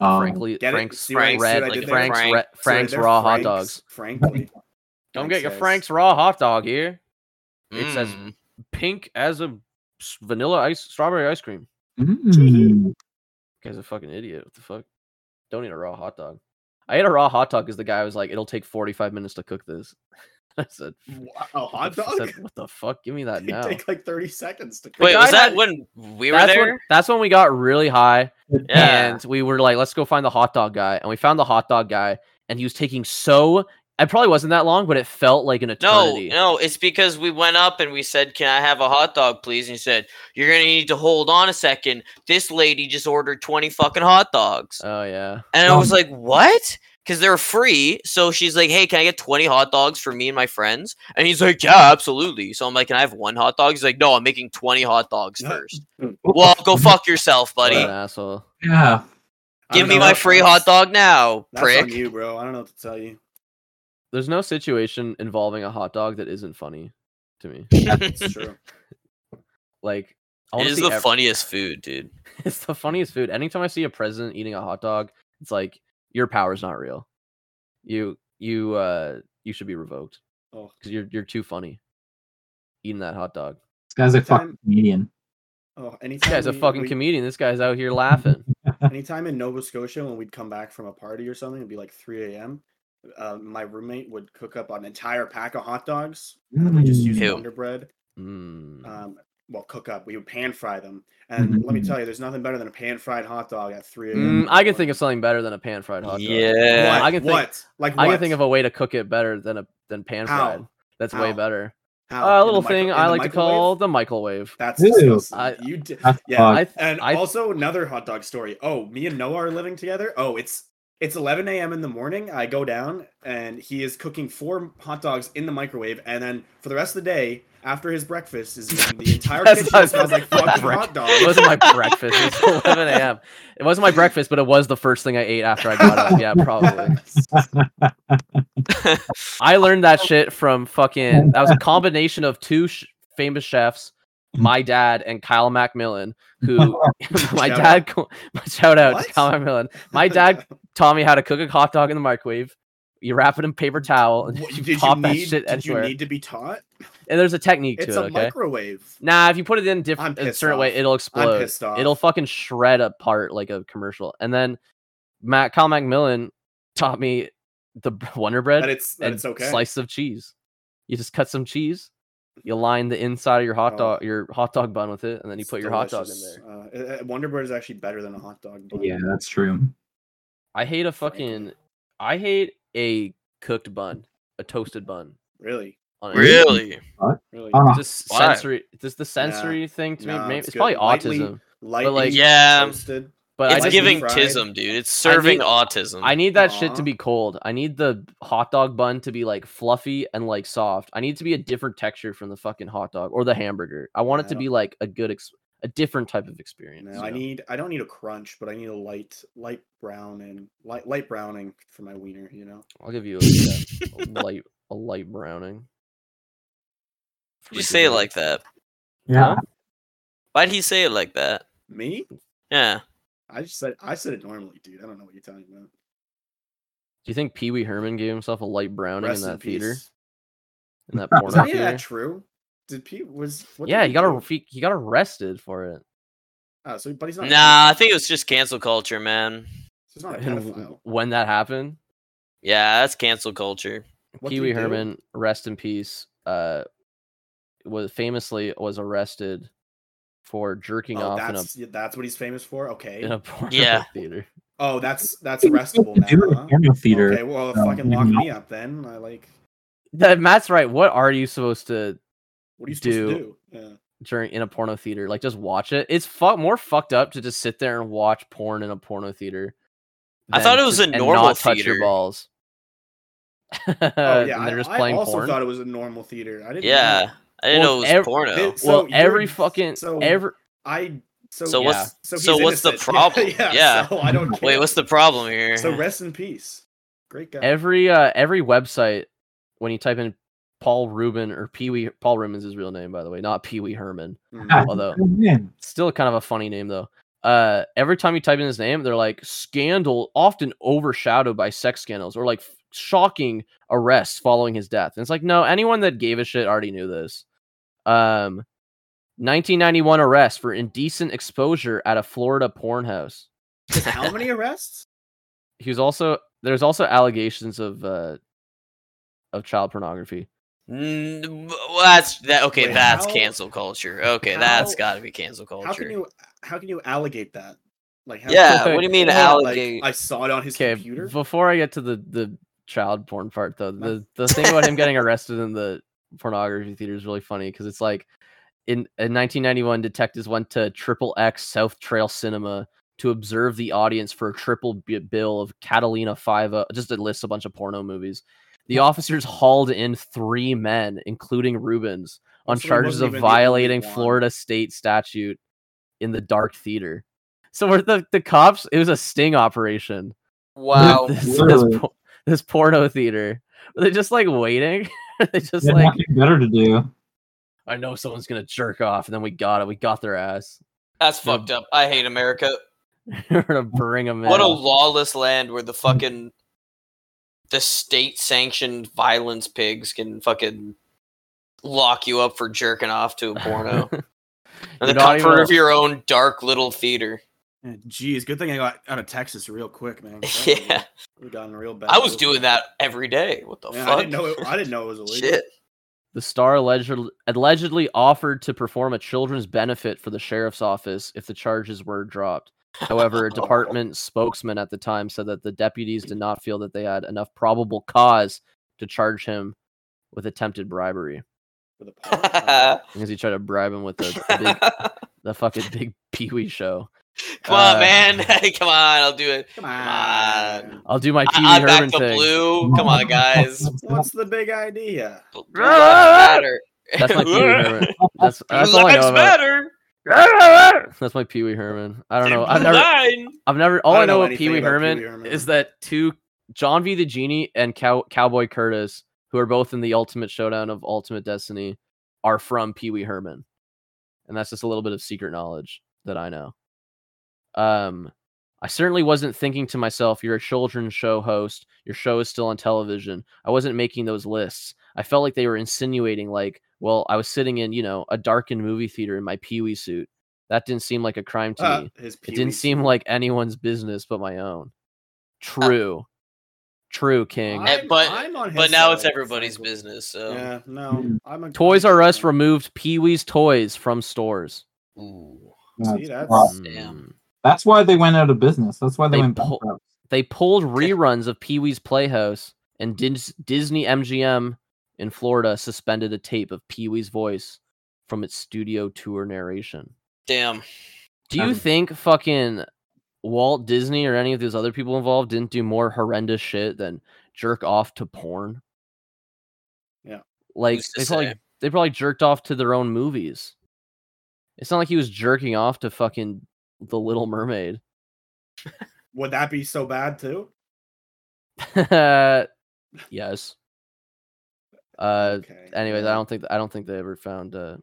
Um,
Frankly,
Get it?
Frank's
See what I-
Frank
see what I
red,
did
like
there?
Frank's re-
Frank.
See what I did
Frank's
there?
raw hot
Frank's,
dogs.
(laughs)
Frankly,
Don't
Frank's
get your
says-
Frank's raw hot dog here. It
Mm.
says pink as a s- vanilla ice, strawberry ice cream.
mm,
guy's a fucking idiot. What the fuck? Don't eat a raw hot dog. I ate a raw hot dog because the guy was like, "It'll take forty-five minutes to cook this." (laughs) I said,
Wha- A
"What
hot
the f-
dog? (laughs)
I said, what the fuck? Give me that
They
now."
take like 30 seconds to cook.
Wait,
guy
was that
had-
when we were
That's
there?
when, that's when we got really high,
Yeah.
and we were like, "Let's go find the hot dog guy." And we found the hot dog guy, and he was taking so. It probably wasn't that long, but it felt like an
No,
eternity.
no, it's because we went up and we said, "Can I have a hot dog, please?" And he said, "You're gonna need to hold on a second. This lady just ordered twenty fucking hot dogs."
Oh yeah.
And I was
Um,
like, what? Because they're free. So she's like, hey, can I get 20 hot dogs for me and my friends? And he's like, yeah, absolutely. So I'm like, can I have one hot dog? He's like, no, I'm making 20 hot dogs
Yeah.
first.
What
well,
the
go
fuck?
fuck yourself,
What
buddy.
an asshole.
Yeah.
I
Give
don't
me
know
my
what-
free hot dog now,
That's on
prick.
you, bro. I don't know what to tell you.
There's no situation involving a hot dog that isn't funny to me.
(laughs)
It's true.
Like, I
It
wanna
is
see
the
ev-
funniest food, dude.
(laughs) it's the funniest food. Anytime I see a president eating a hot dog, it's like your power's not real. You you uh you should be revoked
Oh.
because you're you're too funny. Eating that hot dog.
This guy's a
Time-
fucking comedian.
Oh,
This
anytime
guy's a
we-
fucking
we-
comedian. This guy's out here laughing.
Anytime in Nova Scotia when we'd come back from a party or something, it'd be like 3 a.m. Uh, my roommate would cook up an entire pack of hot dogs. And then we just use
Mm. Ew.
Wonder Bread.
Mm.
Um, well, cook up. We would pan fry them. And let me tell you, there's nothing better than a pan fried hot dog at 3 a.m.
Mm-hmm. Mm, I can think of something better than a pan fried hot dog.
What?
Yeah.
I can think-
what? Like what?
I can think of a way to cook it better than a than pan
How?
fried. That's way
How?
better. Uh,
How? In
A
the
little
micro-
thing
in
I
the
like to
microwave?
call the microwave.
That's
Ew.
disgusting.
I-
you did.
Hot
Yeah,
dog.
I th-
And
I-
also another hot dog story. Oh, me and Noah are living together. Oh, it's it's 11 a.m. in the morning. I go down and he is cooking four hot dogs in the microwave, and then for the rest of the day after his breakfast is the entire
(laughs) That's
kitchen
not-
smells like
not
fucking
break-
hot
It
dogs. (laughs)
wasn't my breakfast. It's 11 a.m. It wasn't my breakfast, but it was the first thing I ate after I got up. Yeah, probably.
(laughs)
I learned that shit from fucking. That was a combination of two sh- famous chefs, my dad and Kyle Macmillan.
(laughs)
Who (laughs) my
Shout
dad? co- (laughs) My shout out
What?
to Kyle Macmillan. My dad taught me how to cook a hot dog in the microwave. You wrap it in paper towel and
What-
(laughs) you
did you
pop that
need,
shit
did you
anywhere.
need to be taught?
and there's a technique to
It's
it.
a
Okay.
microwave.
Nah, if you put it in
I'm
different a
pissed
certain way,
off.
it'll
I'm
explode.
pissed off.
It'll fucking shred apart like a commercial. And then Matt Kyle Macmillan taught me the b- Wonder Bread
that it's that
and
it's okay.
slice of cheese. You just cut some cheese, you line the inside of your hot
Oh.
dog your hot dog bun with it, and then you
It's
put your hot dog in
delicious.
there.
Uh, uh, Wonder Bread is actually better than a hot dog. bun.
yeah, that's true.
I hate a
Frankly.
fucking. I hate a cooked bun, a toasted bun.
Really,
On
Really?
anything.
really.
Oh,
Just
Why?
sensory. Just the sensory thing to
Nah,
me. Maybe,
it's
it's probably
good. Lightly-
autism.
Light
but, like- um,
Yeah.
toasted.
But
It's
I just
giving
need,
fried.
tism, dude. It's serving
need-
autism.
I need that shit to
Aw.
be cold. I need the hot dog bun to be like fluffy and like soft. I need it to be a different texture from the fucking hot dog or the hamburger. I want
I
it to
don't-
be like a good, ex- a different type of experience.
No,
you
I
know?
need. I don't need a crunch, but I need a light, light brown and light, light browning for my wiener. You know.
I'll give you a, yeah, a
(laughs)
light, a light browning.
Why'd you say it like that?
Yeah.
Why'd he say it like that?
Me?
Yeah.
I just said. I said it normally, dude. I don't know what you're talking about.
Do you think Pee Wee Herman gave himself a light browning
Rest
in that theater?
peace.
In that
Is
porno
any of that
theater?
true? Did Pete was? What did
Yeah, he got
do?
a, he, he got arrested for it.
Oh, so, but he's not. a
Nah, I
pedophile.
think it was just cancel culture, man.
So
(laughs)
he's not a
And w-
pedophile.
when that happened,
Yeah, that's cancel culture.
What did
Pee
he
Wee
do?
Herman, rest in peace, uh, was famously was arrested for jerking
Oh,
off in a
that's yeah, that's what he's famous for. Okay.
in a (laughs) porno
Yeah.
theater.
Oh, that's that's
What do you
arrestable
think they do in
now.
a
Huh?
porno theater?
Okay, well,
Um,
fucking
maybe
lock
not.
me up then. I like.
That Matt's right. What are you supposed to
What are you supposed to do?
Do- uh,
Yeah.
during in a porno theater? Like just watch it. It's fu- more fucked up to just sit there and watch porn in a porno theater.
I thought
than
it was
to-
a
and
normal
not touch your
theater.
balls. oh
Oh yeah,
and
I,
(laughs) they're just
I
playing
also
porn.
thought it was a normal theater. I didn't. know
Yeah.
that.
I didn't
Well,
know it was
ev-
porno.
this-
well,
so you're-
every fucking
so-
every
I. So,
So
what's-
yeah, so,
so
he's
what's the
innocent. (laughs)
problem? Yeah.
So I don't. Care.
(laughs) Wait, what's the problem here?
So rest in peace. Great guy.
every uh every website when you type in Paul Rubin or Pee Wee Paul Rubin's his real name by the way, not Pee Wee Herman. (laughs)
Mm.
Although-
Oh, man.
Still kind of a funny name though. Uh every time you type in his name, they're like scandal often overshadowed by sex scandals or like f- shocking arrests following his death. And it's like, no, anyone that gave a shit already knew this. Um 1991 arrest for indecent exposure at a Florida porn house.
How
(laughs)
many arrests?
He was also there's also allegations of uh of child pornography.
Mm, well, that's that. Okay,
Wait,
that's
how-
cancel culture. Okay, that's
how-
got to be cancel culture.
How can you? How can you allegate that? Like how
yeah. What do you mean
Yeah, like,
allegate?
I saw it on his
Okay,
computer.
before I get to the the child porn part though,
No. (laughs)
the the thing about him getting arrested in the pornography theater is really funny because it's like in, in 1991 detectives went to triple x south trail cinema to observe the audience for a triple b- bill of catalina five just a list a bunch of porno movies
(laughs)
the officers hauled in three men including rubens on
So he
charges
wasn't
of
even the only
violating
one.
florida state statute in the dark theater so were the, the cops it was a sting operation
Wow.
(laughs) this, this
Literally.
por- this porno theater. Were they just like waiting? (laughs) they just
They had
like,
nothing better to do.
I know someone's gonna jerk off, and then we got it. We got their ass. (laughs)
(laughs)
That's
Yeah.
fucked up. I hate America.
We're gonna bring them in.
What a lawless land where the fucking the state sanctioned violence pigs can fucking lock you up for jerking off to a
(laughs)
porno in the
You're not
comfort
even
of
al-
your own dark little theater.
Yeah, Jeez, good thing I got out of Texas real quick,
(laughs)
man. 'cause that would've-
Yeah,
would've gotten real bad.
I was
over.
doing that every day. What the
Yeah,
fuck?
I didn't know. It, I didn't know it
(laughs)
was illegal.
Shit.
The star allegedly, allegedly offered to perform a children's benefit for the sheriff's office if the charges were dropped. However, a
(laughs)
department spokesman at the time said that the deputies did not feel that they had enough probable cause to charge him with attempted bribery
With a
(laughs)
pot.
because he tried to bribe him with a, a big the fucking big Pee Wee show.
Come on,
Uh,
man. (laughs) Come on, I'll do it.
Come
on.
I'll do my Pee
I-
Wee
I'm back
Herman
to
thing.
blue. Come
(laughs)
on, guys.
What's the big idea?
Blue lives matter.
That's
(laughs)
my Pee Wee Herman. That's, that's
Blue
all I
lives
know about.
matter.
That's my Pee Wee Herman. I don't know.
Blue
I've never.
line.
I've never. All
I
I
don't know
know about
anything
Pee Wee
about Pee Wee
Herman,
Herman.
is that two John V. the Genie and Cow- Cowboy Curtis, who are both in the Ultimate Showdown of Ultimate Destiny, are from Pee Wee Herman, and that's just a little bit of secret knowledge that I know. Um, I certainly wasn't thinking to myself, "You're a children's show host. Your show is still on television." I wasn't making those lists. I felt like they were insinuating, like, "Well, I was sitting in, you know, a darkened movie theater in my Pee Wee suit." That didn't seem like a crime to
Uh,
me.
his
It didn't seem like anyone's business but my
Uh,
own. True. True, King.
I- Eh, but-
on his
But now it's
side,
everybody's
frankly.
business. So
Yeah, no. I'm a
Toys R Us removed Pee Wee's toys from stores. Mm.
Ooh.
Yeah,
See,
it's
that's-
wild.
Oh, Damn.
That's why they went out of business. That's why they,
They
went
pull-
bankrupt.
They pulled reruns of Pee Wee's Playhouse, and Dis- Disney MGM in Florida suspended a tape of Pee Wee's voice from its studio tour narration.
Damn.
Do you
Um,
think fucking Walt Disney or any of those other people involved didn't do more horrendous shit than jerk off to porn?
Yeah.
Like
Who's to
they probably,
say?
they probably jerked off to their own movies. It's not like he was jerking off to fucking The Little Mermaid. (laughs)
Would that be so bad too?
yes. Uh
okay.
anyways, I don't think I don't think they ever found uh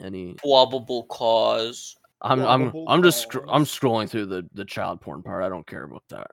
any
Probable cause.
I'm I'm
Probable
I'm just scr- I'm
cause.
scrolling through the the child porn part. I don't care about that.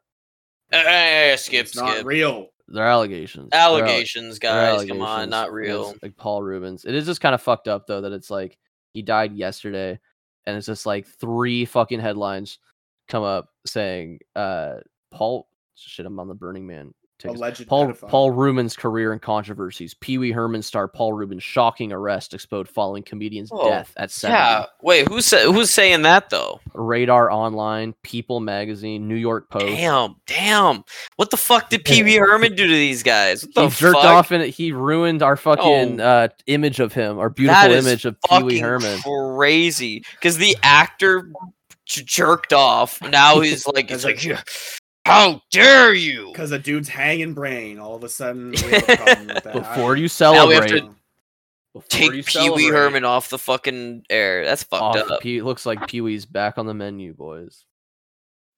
Eh, eh, eh, skip,
It's not
skip.
real.
They're allegations. They're alle-
Allegations,
they're
guys. Come on,
allegations. And
not
it's,
real.
Like Paul Rubens. It is just kind of fucked up though that it's like he died yesterday, and it's just like three fucking headlines come up saying uh Paul shit. I'm on the Burning Man. tickets.
Alleged
Paul
pedophile.
Paul Rubin's career and controversies. Pee Wee Herman star Paul Rubin's shocking arrest exposed following comedian's
Oh,
death at 70.
Yeah. Wait, who's sa- who's saying that though?
Radar Online, People Magazine, New York Post.
Damn, damn. What the fuck did
(laughs)
Pee Wee Herman do to these guys? What
he
the
jerked
fuck? Oh.
off and he ruined our fucking uh, image of him, our beautiful
That is
image of Pee
fucking
Wee Herman.
crazy because the actor j- jerked off.
(laughs)
Now he's like, it's
As
like,
a-
"Yeah, how dare you?
Because a dude's hanging brain, all of a sudden. We
(laughs)
have a problem with that. I
Before you
Now we
celebrate,
have to
before you
Take Pee Wee
celebrate,
Herman off the fucking air. That's
off
fucked up.
Pee- looks like Pee Wee's back on the menu, boys.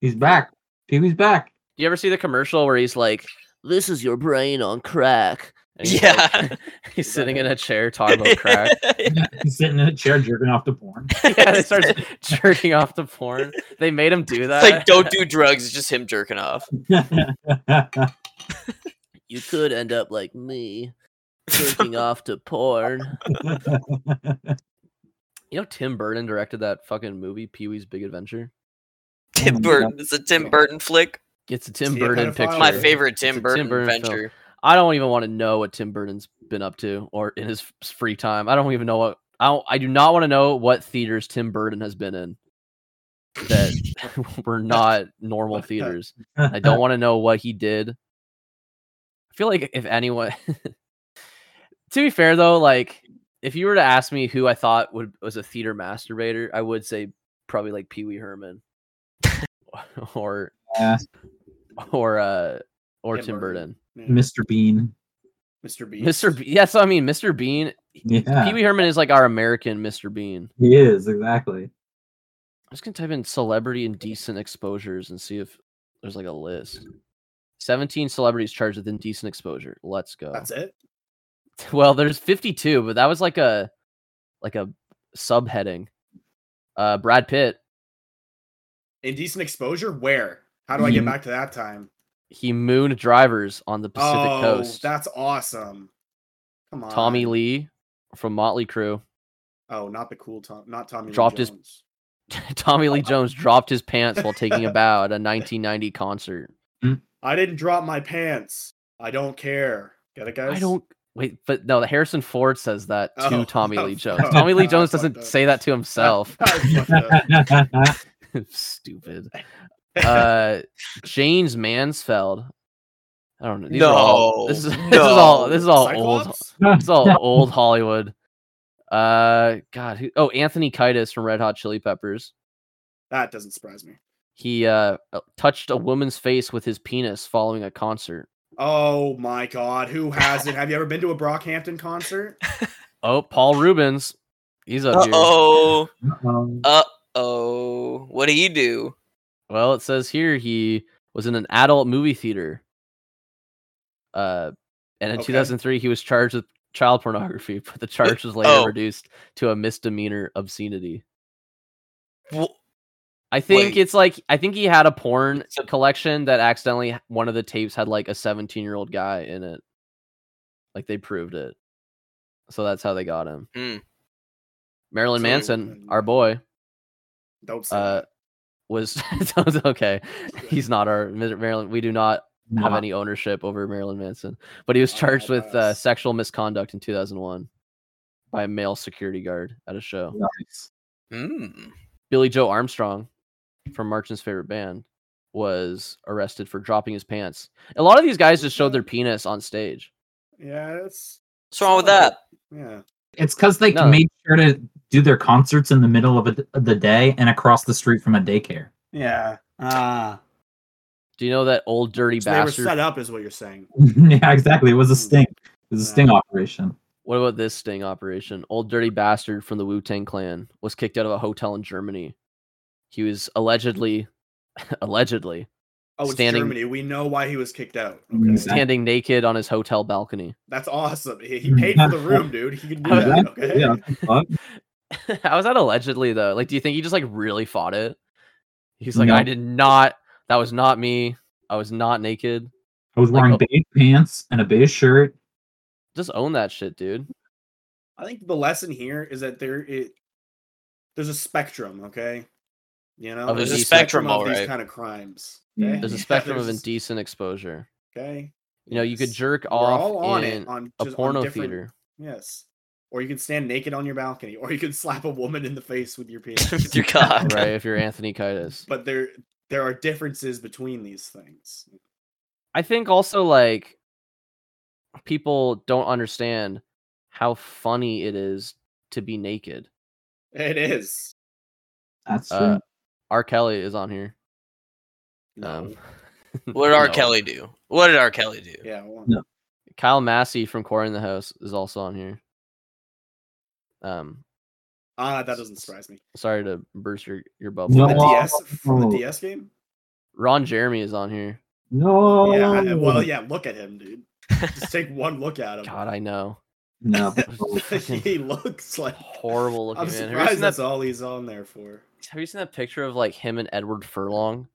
He's back. Pee Wee's back. (laughs)
Do you ever see the commercial where he's like, "This is your brain on crack"? And he's like-
Yeah.
(laughs) he's sitting in a chair talking about
(laughs)
crack. (laughs)
He's sitting in a chair jerking off to porn. (laughs)
yeah, they starts jerking off the porn. They made him do that.
It's like, don't do drugs. It's just him
(laughs)
jerking off.
you could end up like me, jerking off to porn. You know, Tim Burton directed that fucking movie, Pee Wee's Big Adventure.
Oh
(laughs)
my
Tim
God.
Burton. It's a Tim Burton flick.
It's a Tim
he a
Burton
pedophile?
picture.
My
Sure.
favorite
a
Tim
Tim
Burton
Burton film.
adventure.
I don't even want to know what Tim Burton's been up to or in his f- free time. I don't even know what. I don't, I do not want to know what theaters Tim Burton has been in that (laughs) were not normal theaters. I
Uh,
don't want to know what he did. I feel like if anyone, (laughs) to be fair though, like if you were to ask me who I thought would was a theater masturbator, I would say probably like Pee Wee Herman (laughs) or
Yeah,
or uh or
Tim
Tim Burton.
Burton. Yeah.
Mr. Bean.
Mr. Beast.
Mr. Bean. Yes, I mean Mr. Bean. Pee
Yeah,
Wee Herman is like our American Mr. Bean.
he is
(laughs)
exactly.
I'm just gonna type in celebrity and decent exposures and see if there's like a list. 17 celebrities charged with indecent exposure. Let's go.
That's it.
(laughs) Well, there's 52, but that was like a like a subheading. Uh Brad Pitt,
Indecent exposure. Where? How do I
Mm-hmm.
get
Mhm.
back to that time?
he mooned drivers on the Pacific
oh,
Coast.
that's awesome. Come on,
Tommy Lee from Motley Crue. (laughs)
Oh, not the cool Tom. Not Tommy. Lee
Dropped his-
Jones.
Tommy Lee Jones dropped his pants while taking a bow at a 1990 concert.
I didn't drop my pants. I don't care. Get it, guys?
I don't wait, but no, Harrison Ford says that to
Oh, (laughs)
Tommy
oh,
Lee Jones.
fuck.
Tommy
(laughs)
Lee
I
Jones
fucked
doesn't
up.
say that to himself.
(laughs) I fucked up.
(laughs) Stupid. Uh James Mansfeld. I don't know. These are all, this is (laughs)
No,
this is all Oh, this is all old
Cyclops?
this is
(laughs)
all old Hollywood. Uh God, who, oh Anthony Kiedis from Red Hot Chili Peppers.
That doesn't surprise me.
He uh touched a woman's face with his penis following a concert.
Oh my god, who hasn't? Have you ever been to a Brockhampton concert?
Oh, Paul Rubens. He's up
Uh
here.
oh.
Um,
Oh. What do you do?
Well, it says here he was in an adult movie theater. Uh, and in
Okay.
2003, he was charged with child pornography, (laughs) but the charge was later
Oh.
reduced to a misdemeanor obscenity.
Wh-
I think
Wait.
it's like I think he had a porn
So-
collection that accidentally h- one of the tapes had like a 17 year old guy in it. Like they proved it, so that's how they got him.
Hmm.
Marilyn
So-
Manson, our boy.
Don't say
Uh,
that.
was (laughs) okay. He's not our Mar- Marilyn. We do not have
no.
any ownership over Marilyn Manson, but he was
Oh,
charged with uh,
that's-
sexual misconduct in 2001 by a male security guard at a show.
Nice.
Hmm.
Billy Joe Armstrong from Marchin's favorite band was arrested for dropping his pants. A lot of these guys just showed their penis on stage.
Yeah, that's
What's wrong
(laughs)
with that?
yeah.
It's because they
No.
made sure to do their concerts in the middle of, a, of the day and across the street from a daycare.
Yeah. Ah.
Do you know that old dirty
So they were
bastard?
set up is what you're saying.
(laughs) yeah, exactly. It was a sting. It was a sting operation.
What about this sting operation? Old dirty bastard from the Wu Tang Clan was kicked out of a hotel in Germany. He was allegedly, (laughs) allegedly
Oh, it's
Standing-
Germany. We know why he was kicked out.
Mm,
Okay.
Exactly.
standing naked on his hotel balcony.
That's awesome. He, he paid for the room, (laughs) dude. He could do that.
Exactly,
Okay.
yeah. Fuck.
(laughs) How is that allegedly though? Like, do you think he just like really fought it? He's like, I
No.
did not. That was not me. I was not naked.
I was
Like,
wearing
oh.
beige pants and a beige shirt.
Just own that shit,
(laughs)
dude.
I think the lesson here is that there it there's a spectrum, okay? You know,
Of
There's a
indecent-
spectrum,
of these
alright.
kind of crimes.
Yeah.
okay?
There's a
Yeah,
spectrum of
there's-
indecent exposure.
Okay.
You know, you could
Yes.
jerk
We're
off
all on
in
it on
a
just on
porno
different- (laughs)
theater.
Yes. Or you can stand naked on your balcony, or you can (laughs) slap a woman in the face with your penis.
with
(laughs)
your cock.
right? If you're Anthony Kiedis.
but there there are differences between these things.
I think also like people don't understand how funny it is to be naked.
It is.
That's true.
Uh, R. Kelly is on here. Um, (laughs)
No.
What did R.
no.
Kelly do? What did R. Kelly do?
yeah. Well,
No.
Kyle Massey from Core in the House is also on here. Um,
Ah, that doesn't surprise me.
sorry to burst your your bubble.
No.
From the DS from
Oh.
the DS game?
Ron Jeremy is on here.
no.
Yeah. I-
Oh.
Well, yeah, look at him, dude. Just
(laughs)
take one look at (laughs) him.
God, I know. (laughs)
No.
he looks like
Horrible looking
I'm
man. Have you
surprised
seen that-
that's all he's on there for.
Have you seen that picture of like him and Edward Furlong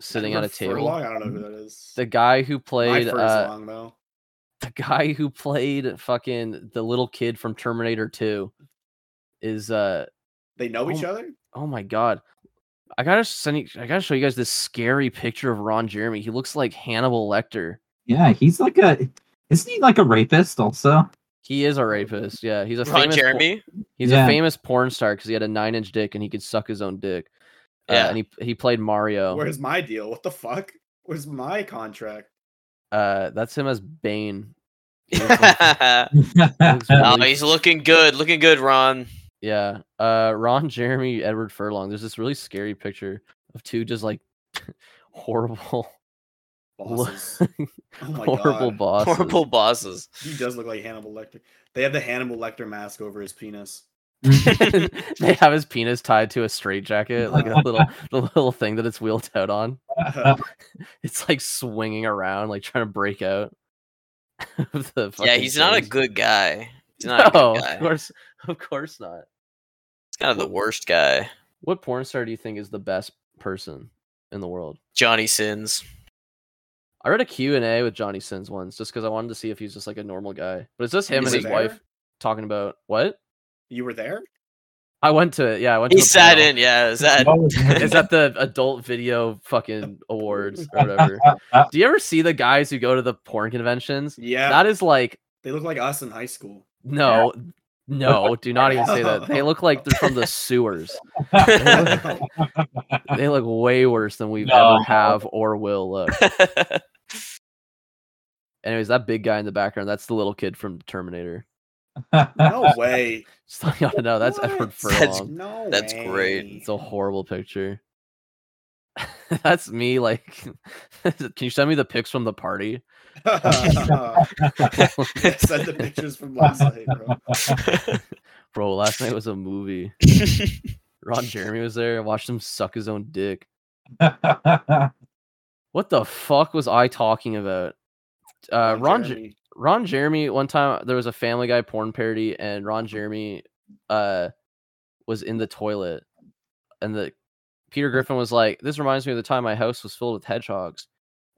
sitting on a
Edward
table?
Furlong? I don't know who that is.
The guy who played
My fur
uh,
is long though.
(laughs) the guy who played fucking the little kid from Terminator 2 is uh
They know each
oh,
other.
oh my god. I gotta send you, I gotta show you guys this scary picture of Ron Jeremy. He looks like Hannibal Lecter.
yeah, he's like a. Isn't he like a rapist also?
He is a rapist. Yeah, he's a
Ron
famous por-
Jeremy? (laughs)
he's
Yeah.
a famous porn star because he had a nine inch dick and he could suck his own dick. Uh,
Yeah.
and he he played Mario.
Where's my deal? What the fuck? Where's my contract?
Uh, that's him as Bane.
(laughs)
(laughs)
(laughs)
oh,
Really?
he's looking good. Looking good, Ron.
Yeah. Uh, Ron Jeremy, Edward Furlong. There's this really scary picture of two just like (laughs) horrible Lo-
Bosses.
(laughs)
Oh my
horrible
god.
boss. (laughs)
Horrible bosses. (laughs)
He does look like Hannibal Lecter. They have the Hannibal Lecter mask over his (laughs) penis.
they have his penis tied to a straitjacket, like a little the little thing that it's wheeled out on.
Uh,
(laughs) It's like swinging around, like trying to break out. (laughs) of the
yeah,
fucking
he's not
(laughs)
a
things.
good guy. He's not
no,
a good guy.
of course, of course not.
He's kind of the worst guy.
What porn star do you think is the best person in the world?
Johnny Sins.
I read a Q&A with Johnny Sins once just because I wanted to see if he's just like a normal guy. But it's just him
Is
and
he
there?
his wife talking about what?
you were there?
I went to yeah, I went
He
to the
sat
panel.
in, yeah. Is that
It's at the adult video fucking awards
(laughs)
or whatever. (laughs) Do you ever see the guys who go to the porn conventions?
Yeah.
That is like
they look like us in high
(laughs)
school.
no, no, do not even say that. They look like they're from the sewers. Oh, They look way worse than we've
No.
ever have or will look. Anyways, that big guy in the background, that's the little kid from Terminator.
(laughs)
(laughs)
No way.
Just like, oh no, that's
What?
Edward
That's-
Furlong.
No.
that's great.
way.
It's a horrible picture. (laughs) That's me. Like, (laughs) can you send me the pics from the party?
(laughs) Send the pictures from last night,
Uh,
bro.
Bro, last night was a movie. Ron Jeremy was there. I watched him suck his own dick. What the fuck was I talking about? Uh, Ron, Jer-
Jeremy.
Ron Jeremy. One time there was a Family Guy porn parody, and Ron Jeremy, uh, was in the toilet, and the Peter Griffin was like, "This reminds me of the time my house was filled with hedgehogs,"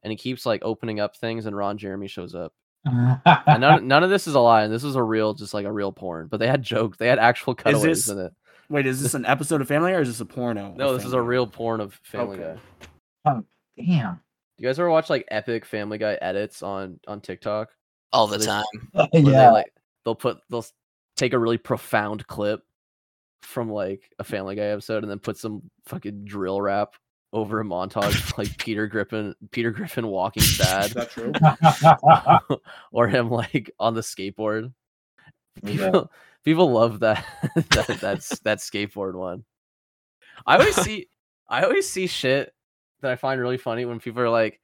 and he keeps like opening up things, and Ron Jeremy shows up. And (laughs) none, none of this is a lie. And this was a real, just like a real porn. But they had jokes. They had actual cutaways
this-
in it.
Wait, is this an episode of Family Guy or is this a porno?
No,
of
this is a
Family Guy?
real porn of Family
Okay.
Guy.
Damn.
You guys ever watch like epic Family Guy edits on on TikTok?
(laughs) All the
They-
time.
Where
yeah.
They, like they'll put they'll s- take a really profound clip from like a Family Guy episode and then put some fucking drill rap over a montage of, like Peter Griffin Peter Griffin
(laughs)
walking sad
Is that (laughs) true?
or him like on the skateboard.
Yeah.
People, people love that (laughs) that that's that skateboard one. I
(laughs)
always see I always see shit that I find really funny when people are like,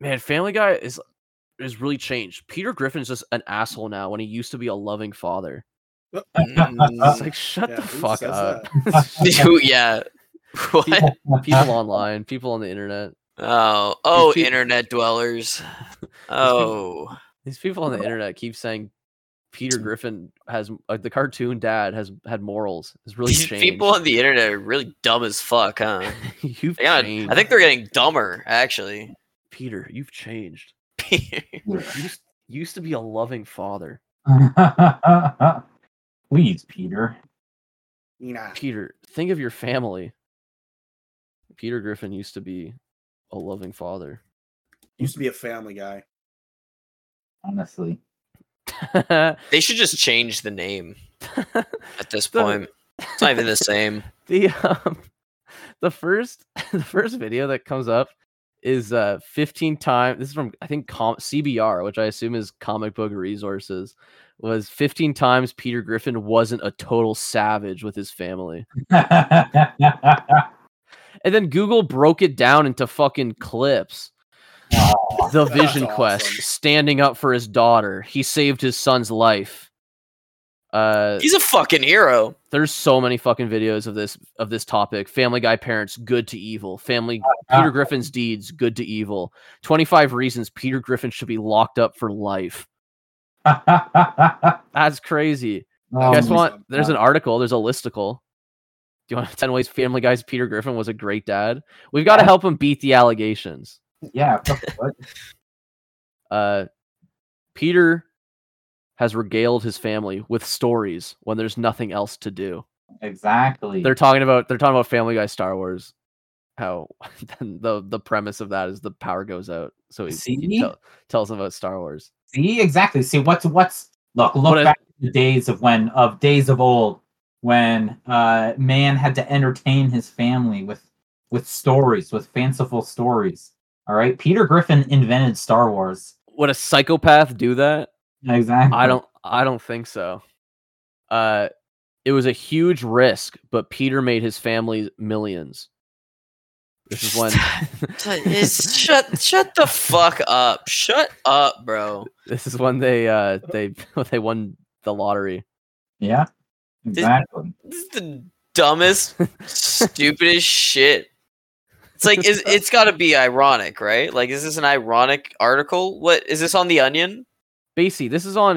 "Man, Family Guy is is really changed. Peter Griffin's just an asshole now when he used to be a loving father." It's
Mm,
like, shut
Yeah,
the
who
fuck
says
up.
who- yeah. (laughs) What?
(laughs) people online, people on the internet,
Oh, oh,
peop-
internet dwellers. Oh,
these people on the internet keep saying Peter Griffin has uh, the cartoon dad has had morals. Has really
these
changed.
(laughs) people on the internet are really dumb as fuck, huh? (laughs)
you've
Yeah,
changed. (laughs)
I think they're getting dumber, actually. (laughs)
Peter, you've changed. You used, you used to be a loving father.
(laughs) Please, Peter.
Nah.
Peter, think of your family. Peter Griffin used to be a loving father. (laughs)
Used to be a family guy.
Honestly.
the,
they should just change the name at this point. It's not even the same.
the (laughs) um the first (laughs) the first video that comes up is uh 15 time this is from i think com- cbr which i assume is comic book resources was 15 times peter griffin wasn't a total savage with his family
Oh, Aw.
and then google broke it down into fucking clips the
That's
vision quest
awesome.
standing up for his daughter he saved his son's life uh
He's a fucking hero.
there's so many fucking videos of this of this topic. Family Guy parents good to evil. Family
Uh,
Peter Griffin's deeds good to evil. 25 reasons Peter Griffin should be locked up for life. That's crazy.
Oh
Guess
my
what?
God.
There's an article, there's a listicle. Do you want (laughs) 10 ways Family Guy's Peter Griffin was a great dad? We've got to
Yeah.
help him beat the allegations.
Yeah. fuck what?
Uh Peter has regaled his family with stories when there's nothing else to do.
Exactly.
they're talking about they're talking about Family Guy Star Wars. How (laughs) the the premise of that is the power goes out, so he, he
See?
tell, tells them about Star Wars.
See, exactly. See, what's what's look look
What is-
back to the days of when of days of old when uh man had to entertain his family with with stories with fanciful stories. All right, Peter Griffin invented Star Wars.
Would a psychopath do that?
Exactly.
I don't. I don't think so. Uh, it was a huge risk, but Peter made his family millions. This is when. (laughs)
It's- shut, shut the fuck up. Shut up, bro.
this is when they uh they (laughs) they won the lottery.
Yeah. Exactly.
This is the dumbest, stupidest shit. It's like is it's got to be ironic, right? Like, is this an ironic article? What is this on the Onion?
Basie, this is on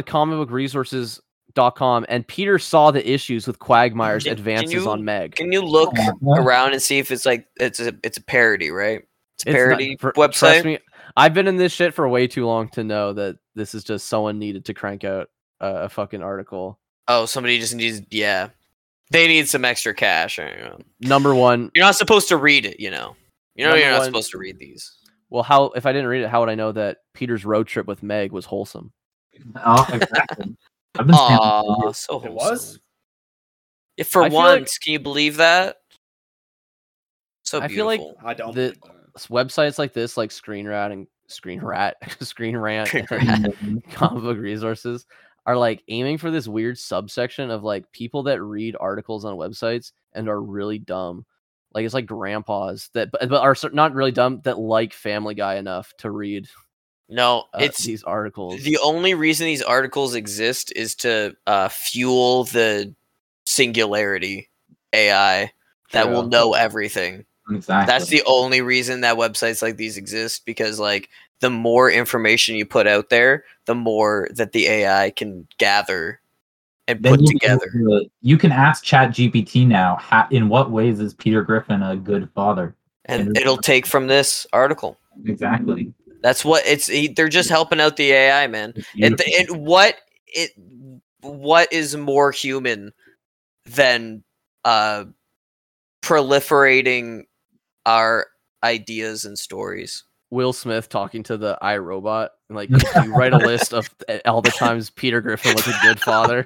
comicbookresources.com, and Peter saw the issues with Quagmire's
Can- can
advances
you-
on Meg.
Can you look
Oh
Yeah.
around and see if it's like it's a it's a parody, right? It's a
It's not-
parody
fr-
website.
Trust me, I've been in this shit for way too long to know that this is just someone needed to crank out a, a fucking article.
Oh, somebody just needs yeah. They need some extra cash. I don't know.
Number one,
You're not supposed to read it, you know. You know
Number
you're not
one-
supposed to read these.
well, how if I didn't read it, how would I know that Peter's road trip with Meg was wholesome?
(laughs) Oh, exactly. I've been standing for
Aw,
years.
Oh,
so
It
wholesome.
was?
Yeah, for
I feel like-
once, can you believe that? So
I feel
beautiful.
like-
I don't.
The-
believe that.
S- Websites like this, like Screen Rat and Screen Rat, (laughs) Screen
(laughs)
Rant,
Screen
and (laughs) comic book resources, are like aiming for this weird subsection of like people that read articles on websites and are really dumb. Like it's like grandpas that but, but are cer- not really dumb that like Family Guy enough to read
no,
uh,
it's
these articles.
the only reason these articles exist is to uh, fuel the singularity AI that will
True.
know everything.
(laughs) Exactly.
That's the only reason that websites like these exist because like the more information you put out there, the more that the AI can gather and
Then
put
you can-
together.
you can ask Chat GPT now. ha in what ways is Peter Griffin a good father?
And it'll take from this article.
Exactly.
That's what it's he- they're just helping out the AI, man. And, th- and what it what is more human than uh proliferating our ideas and stories?
Will Smith talking to the iRobot. and, Like, if you
(laughs)
write a list of th- all the times Peter Griffin was a good
(laughs)
father.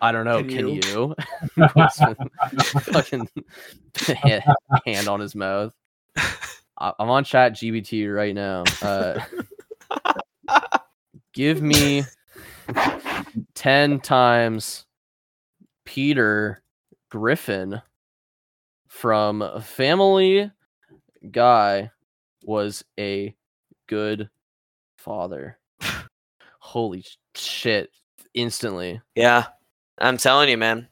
I don't know.
Can
Can,
you?
(laughs)
(laughs) you? Will Smith fucking hand, hand on his mouth. I- I'm on chat GBT right now. Uh, give me 10 times Peter Griffin from Family Guy was a good father. Holy sh- shit. Instantly.
Yeah, I'm telling you, man.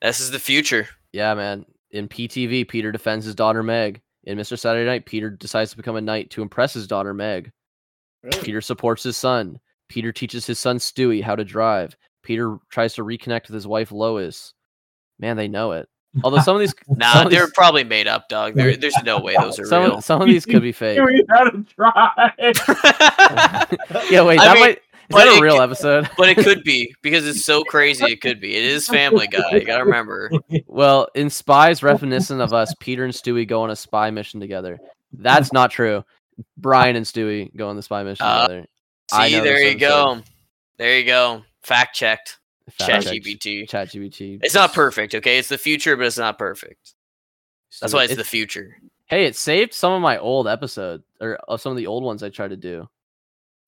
This is the (laughs) future.
Yeah, man. In PTV, Peter defends his daughter Meg. In Mr. Saturday Night, Peter decides to become a knight to impress his daughter Meg.
Really?
Peter supports his son. Peter teaches his son Stewie how to drive. Peter tries to reconnect with his wife Lois. Man, they know it. Although some of these, some
Nah,
of
they're
these-
probably made up, dog. (laughs) There, there's no way those are
(laughs) some,
real.
some of these could be
(laughs)
fake.
how to
(laughs)
drive.
yeah, wait,
I
that
mean,
might is
but
that a
it
real
(laughs) could-
episode?
but it could be because it's so crazy. It could be. It is Family Guy. You gotta (laughs) remember.
Well, in Spies Reminiscent of Us, Peter and Stewie go on a spy mission together. That's not true. Brian and Stewie go on the spy mission
Uh,
together. I
See,
know
there
this
you go. There you go. Fact checked.
Fact check.
ChatGPT.
ChatGPT.
It's not perfect, okay? It's the future, but it's not perfect. That's why it's the future.
Hey, it saved some of my old episode or uh, some of the old ones I tried to do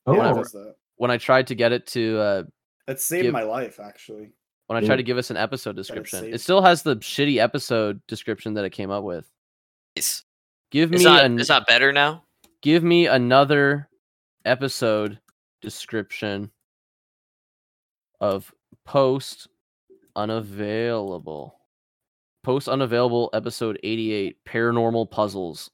Oh,
Yeah, it
whatever.
does that.
when I tried to get it to uh,
That saved
Give-
my life, actually.
when I
Yeah.
tried to give us an episode description. It
saved.
still has the shitty episode description that it came up with.
It's,
Give
it's
me
not.
an,
It's not better now.
give me another episode description of post unavailable. Post unavailable episode 88 paranormal puzzles.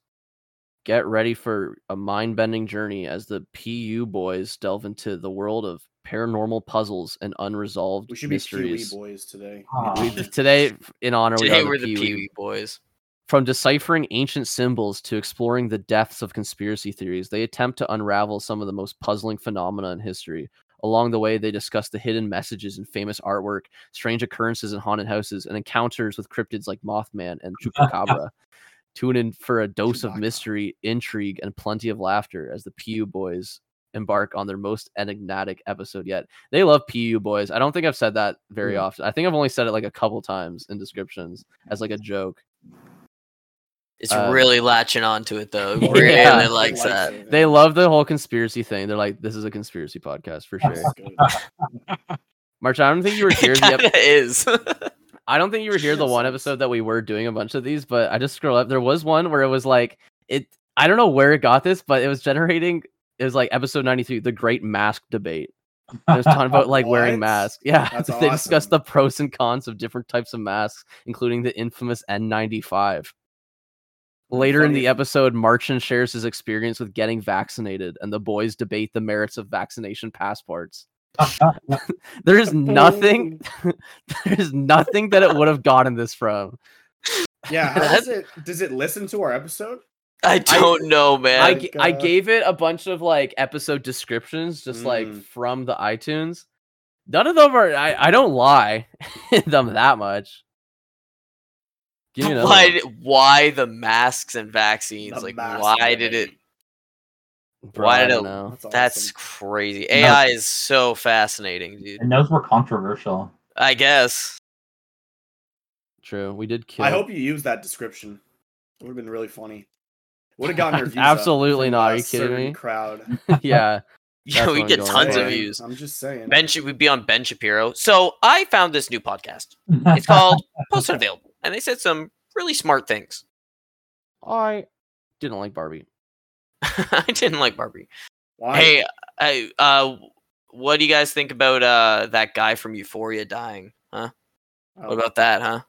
Get ready for a mind bending journey as the PU boys delve into the world of paranormal puzzles and unresolved
We should be E Pee
mysteries.
Wee boys today.
Aw.
We- today, in honor
Today
we are
we're
the E
the E
Pee Wee
Pee-wee boys.
from deciphering ancient symbols to exploring the depths of conspiracy theories, they attempt to unravel some of the most puzzling phenomena in history. Along the way, they discuss the hidden messages in famous artwork, strange occurrences in haunted houses, and encounters with cryptids like Mothman and Chupacabra. Tune in for a dose of
Chewbacca.
mystery, intrigue, and plenty of laughter as the PU boys embark on their most enigmatic episode yet. They love PU boys. I don't think I've said that very
Mm.
often. I think I've only said it like a couple times in descriptions as like a joke.
It's
Uh,
really latching onto it (laughs) though.
Yeah.
It Really
Yeah.
likes
Life
that.
saving.
They love the whole conspiracy thing. They're like, this is a conspiracy podcast
(laughs)
for sure.
That's good.
March, I don't think
(laughs)
you were here.
It
The
kinda
ep-
(laughs) is.
I don't think you were here the
Yes,
one
yes.
episode that we were doing a bunch of these, but I just scroll up. There was one where it was like it. I don't know where it got this, but it was generating. It was like episode ninety three, the Great Mask Debate. And It was
(laughs)
talking about like wearing
What?
masks. Yeah, (laughs)
That's
they discussed
awesome.
the pros and cons of different types of masks, including the infamous N95. Later in
funny
the
if-
episode, Marchin shares his experience with getting vaccinated, and the boys debate the merits of vaccination passports. There is nothing, (laughs) there is nothing that it would have gotten this from.
Yeah,
(laughs)
how does it does it listen to our episode?
I don't know, man.
I,
Like,
g- I
uh,
gave it a bunch of like episode descriptions, just like
Mm.
from the iTunes. None of them are. I, I don't lie (laughs) in them that much. Give me another
(laughs) why,
one.
did- why the masks and vaccines?
The
like,
mask
why did it?
debate.
Bro,
why
I
did
don't
it-
know.
awesome.
That's crazy. AI is so fascinating, dude.
and those were controversial.
I guess. (laughs)
True. We did kill.
I hope you use that description. It would have been really funny. Would
(laughs)
have gotten your views
Absolutely
up from
not, are
a
you kidding
certain
me?
Crowd.
(laughs) yeah.
Yeah,
That's
we
what I'm
get
going
tons
for.
of views.
I'm just saying.
Ben, Sh- we'd be on Ben Shapiro. So I found this new podcast. It's
(laughs)
called
(laughs)
Post Unavailable, and they said some really smart things. (laughs)
I didn't like Barbie.
I didn't like Barbie.
Why?
Hey, I, uh, what do you guys think about uh that guy from Euphoria dying? Huh?
Oh,
What about that? Huh?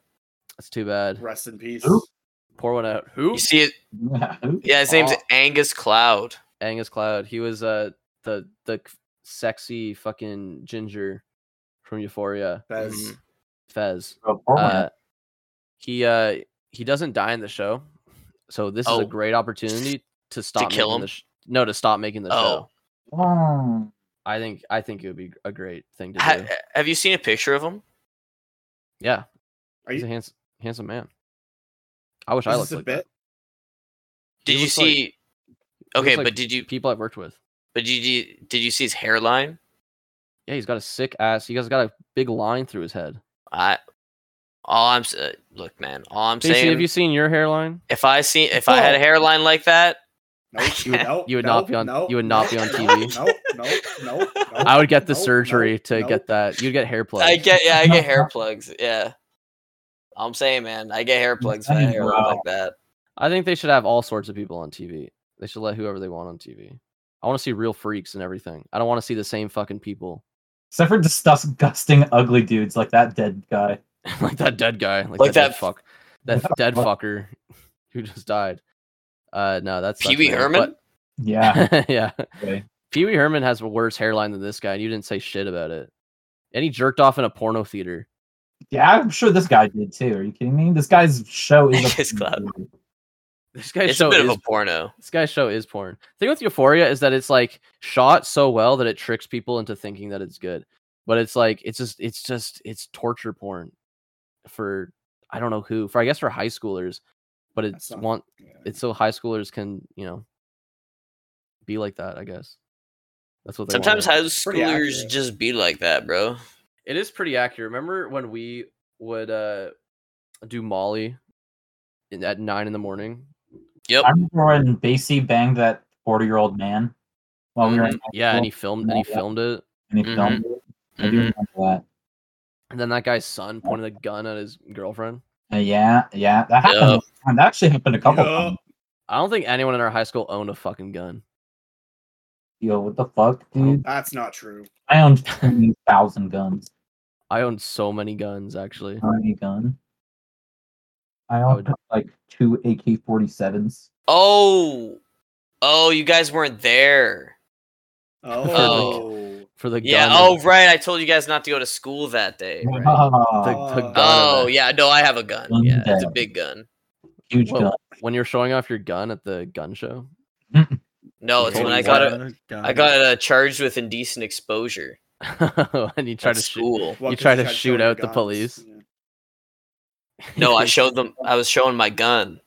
That's too bad.
rest in peace?
Who?
Pour one out. Who?
You see it? Yeah, his name's
Oh.
Angus Cloud.
Angus Cloud. He was uh the the c- sexy fucking ginger from Euphoria.
Fez.
Mhm.
Fez.
Oh, poor man.
Uh, he uh he doesn't die in the show, so this is
Oh.
a great opportunity to stop
kill
making
him?
the sh- no to stop making the show.
Oh, uh,
Oh.
I think I think it would be a great thing to
ha- eh.
do.
have you seen a picture of him?
Yeah,
Are
he's
you-
a handsome handsome man. I wish I
Is
looked
this a
like that.
bit?
He
Did you
looks like-
see?
he
okay,
looks like
but did you?
people I've worked with?
But did you? Did you see his hairline?
Yeah, he's got a sick ass. He has got a big line through his head.
I All I'm s- uh, look, man. All I'm
Casey,
saying,
have you Oh. seen
(laughs)
your hairline?
if I see, if I had a
No.
hairline like that,
Nope,
(laughs) You would-
no,
you would
no,
not be on-
No,
you would not be on
no,
TV.
No, no, no. (laughs) no
I would get the
no,
surgery
no,
to
no.
get that. You'd get hair plugs.
I get, yeah, I get
(laughs)
hair plugs. Yeah, I'm saying, man, I get hair plugs if I had a
saying,
hairline
bro.
like that.
I think they should have all sorts of people on TV. They should let whoever they want on TV. I want to see real freaks and everything. I don't want to see the same fucking people. (laughs)
Except for disgusting, ugly dudes like that dead guy.
like that dead guy, like,
Like
that, dead
that- (laughs)
fuck, that
(laughs)
dead fucker (laughs) who just died. Uh, no, that's
Pee Wee Herman.
Yeah.
(laughs)
(laughs)
yeah,
Okay.
Pee Wee Herman has a worse hairline than this guy, and you didn't say shit about it. And he jerked off in a porno theater. (laughs)
Yeah, I'm sure this guy did too. Are you kidding me? This guy's show
(laughs)
is
His clout.
This guy's
It's a
show
bit
is
of a porno.
this guy's show is porn. The thing with Euphoria is that it's like shot so well that it tricks people into thinking that it's good, but it's like it's just it's just it's torture porn for I don't know who for I guess for high schoolers, but it's
not-
want
Yeah.
it's so high schoolers can you know be like that i guess that's what they
Sometimes
wanted.
high
Pretty
schoolers
accurate.
just be like that, bro.
it is pretty accurate remember when we would uh do molly in, at nine in the morning
Yep.
I remember when Basie banged that 40 year old man while we were in high
Mm, yeah and he
school,
filmed and he mm-hmm,
Yeah.
filmed it
and he
Mhm.
filmed it. I do
Mm-hmm.
Mhm.
remember that.
and then that guy's son pointed a gun at his girlfriend
Uh, yeah, yeah, that happened.
Yeah.
and That actually happened a couple
Yeah.
times.
i don't think anyone in our high school owned a fucking gun
Yo, what the fuck,
Mm-hmm.
dude?
Oh, That's not true.
I owned 20,000 guns.
i owned so many guns actually
How many gun? I
I
owned
would-
like two AK 47s.
Oh, oh, you guys weren't there.
Oh,
for the
Yeah.
gun
Oh, right. I told you guys not to go to school that day.
Right. (laughs) the,
Ah,
the gun
Oh
event.
yeah, no, I have a gun.
Gun
Yeah, it's a
down.
big gun.
huge
Whoa.
gun.
when you're showing off your gun at the gun show (laughs)
No,
Oh,
You told
it's when
me
I got
what?
a, I got uh, charged with indecent exposure
and you try
at
to shoot (laughs)
school.
Well,
You
'cause
try to
tried
shoot
showing your
out the
guns.
police.
Yeah.
No,
(laughs)
I showed them. I was showing my gun.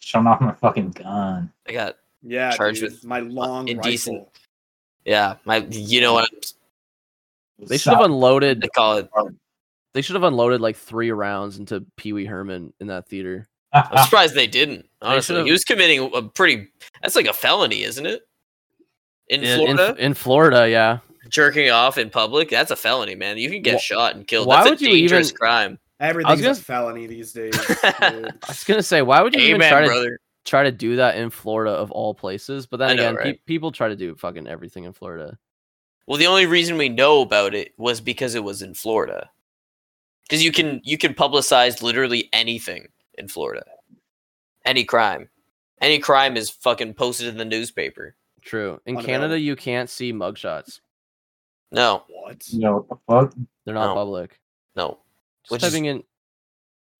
Showing off my fucking gun.
I got
Yeah,
Charged
dude,
with uh,
my long
indecent-
rifle.
yeah. My you know what I'm-
They should have
(laughs) Suck.
unloaded.
they call it.
They should have unloaded like three rounds into Pee Wee Herman in that theater.
I'm surprised they didn't. Honestly,
Ah. should've-
he was committing a pretty. That's like a felony, isn't it? In
In- in,
Florida,
in Florida, yeah.
jerking off in public—that's a felony, man. You can get
Wha-
shot and killed.
why
That's a
would you
dangerous
even-
crime.
Everything's
gonna
a
s-
felony
(laughs)
these days. dude.
I was gonna say, why would you even
Amen,
try to
brother.
try to do that in Florida of all places? But then
I know,
again, pe-
right?
people try to do fucking everything in Florida.
Well, the only reason we know about it was because it was in Florida. Because you can you can publicize literally anything in Florida, any crime, any crime is fucking posted in the newspaper.
True. In
Unavailable.
Canada, you can't see mugshots.
No,
what?
You know, what the fuck?
They're not
No.
public.
no,
Just
Which is-
typing in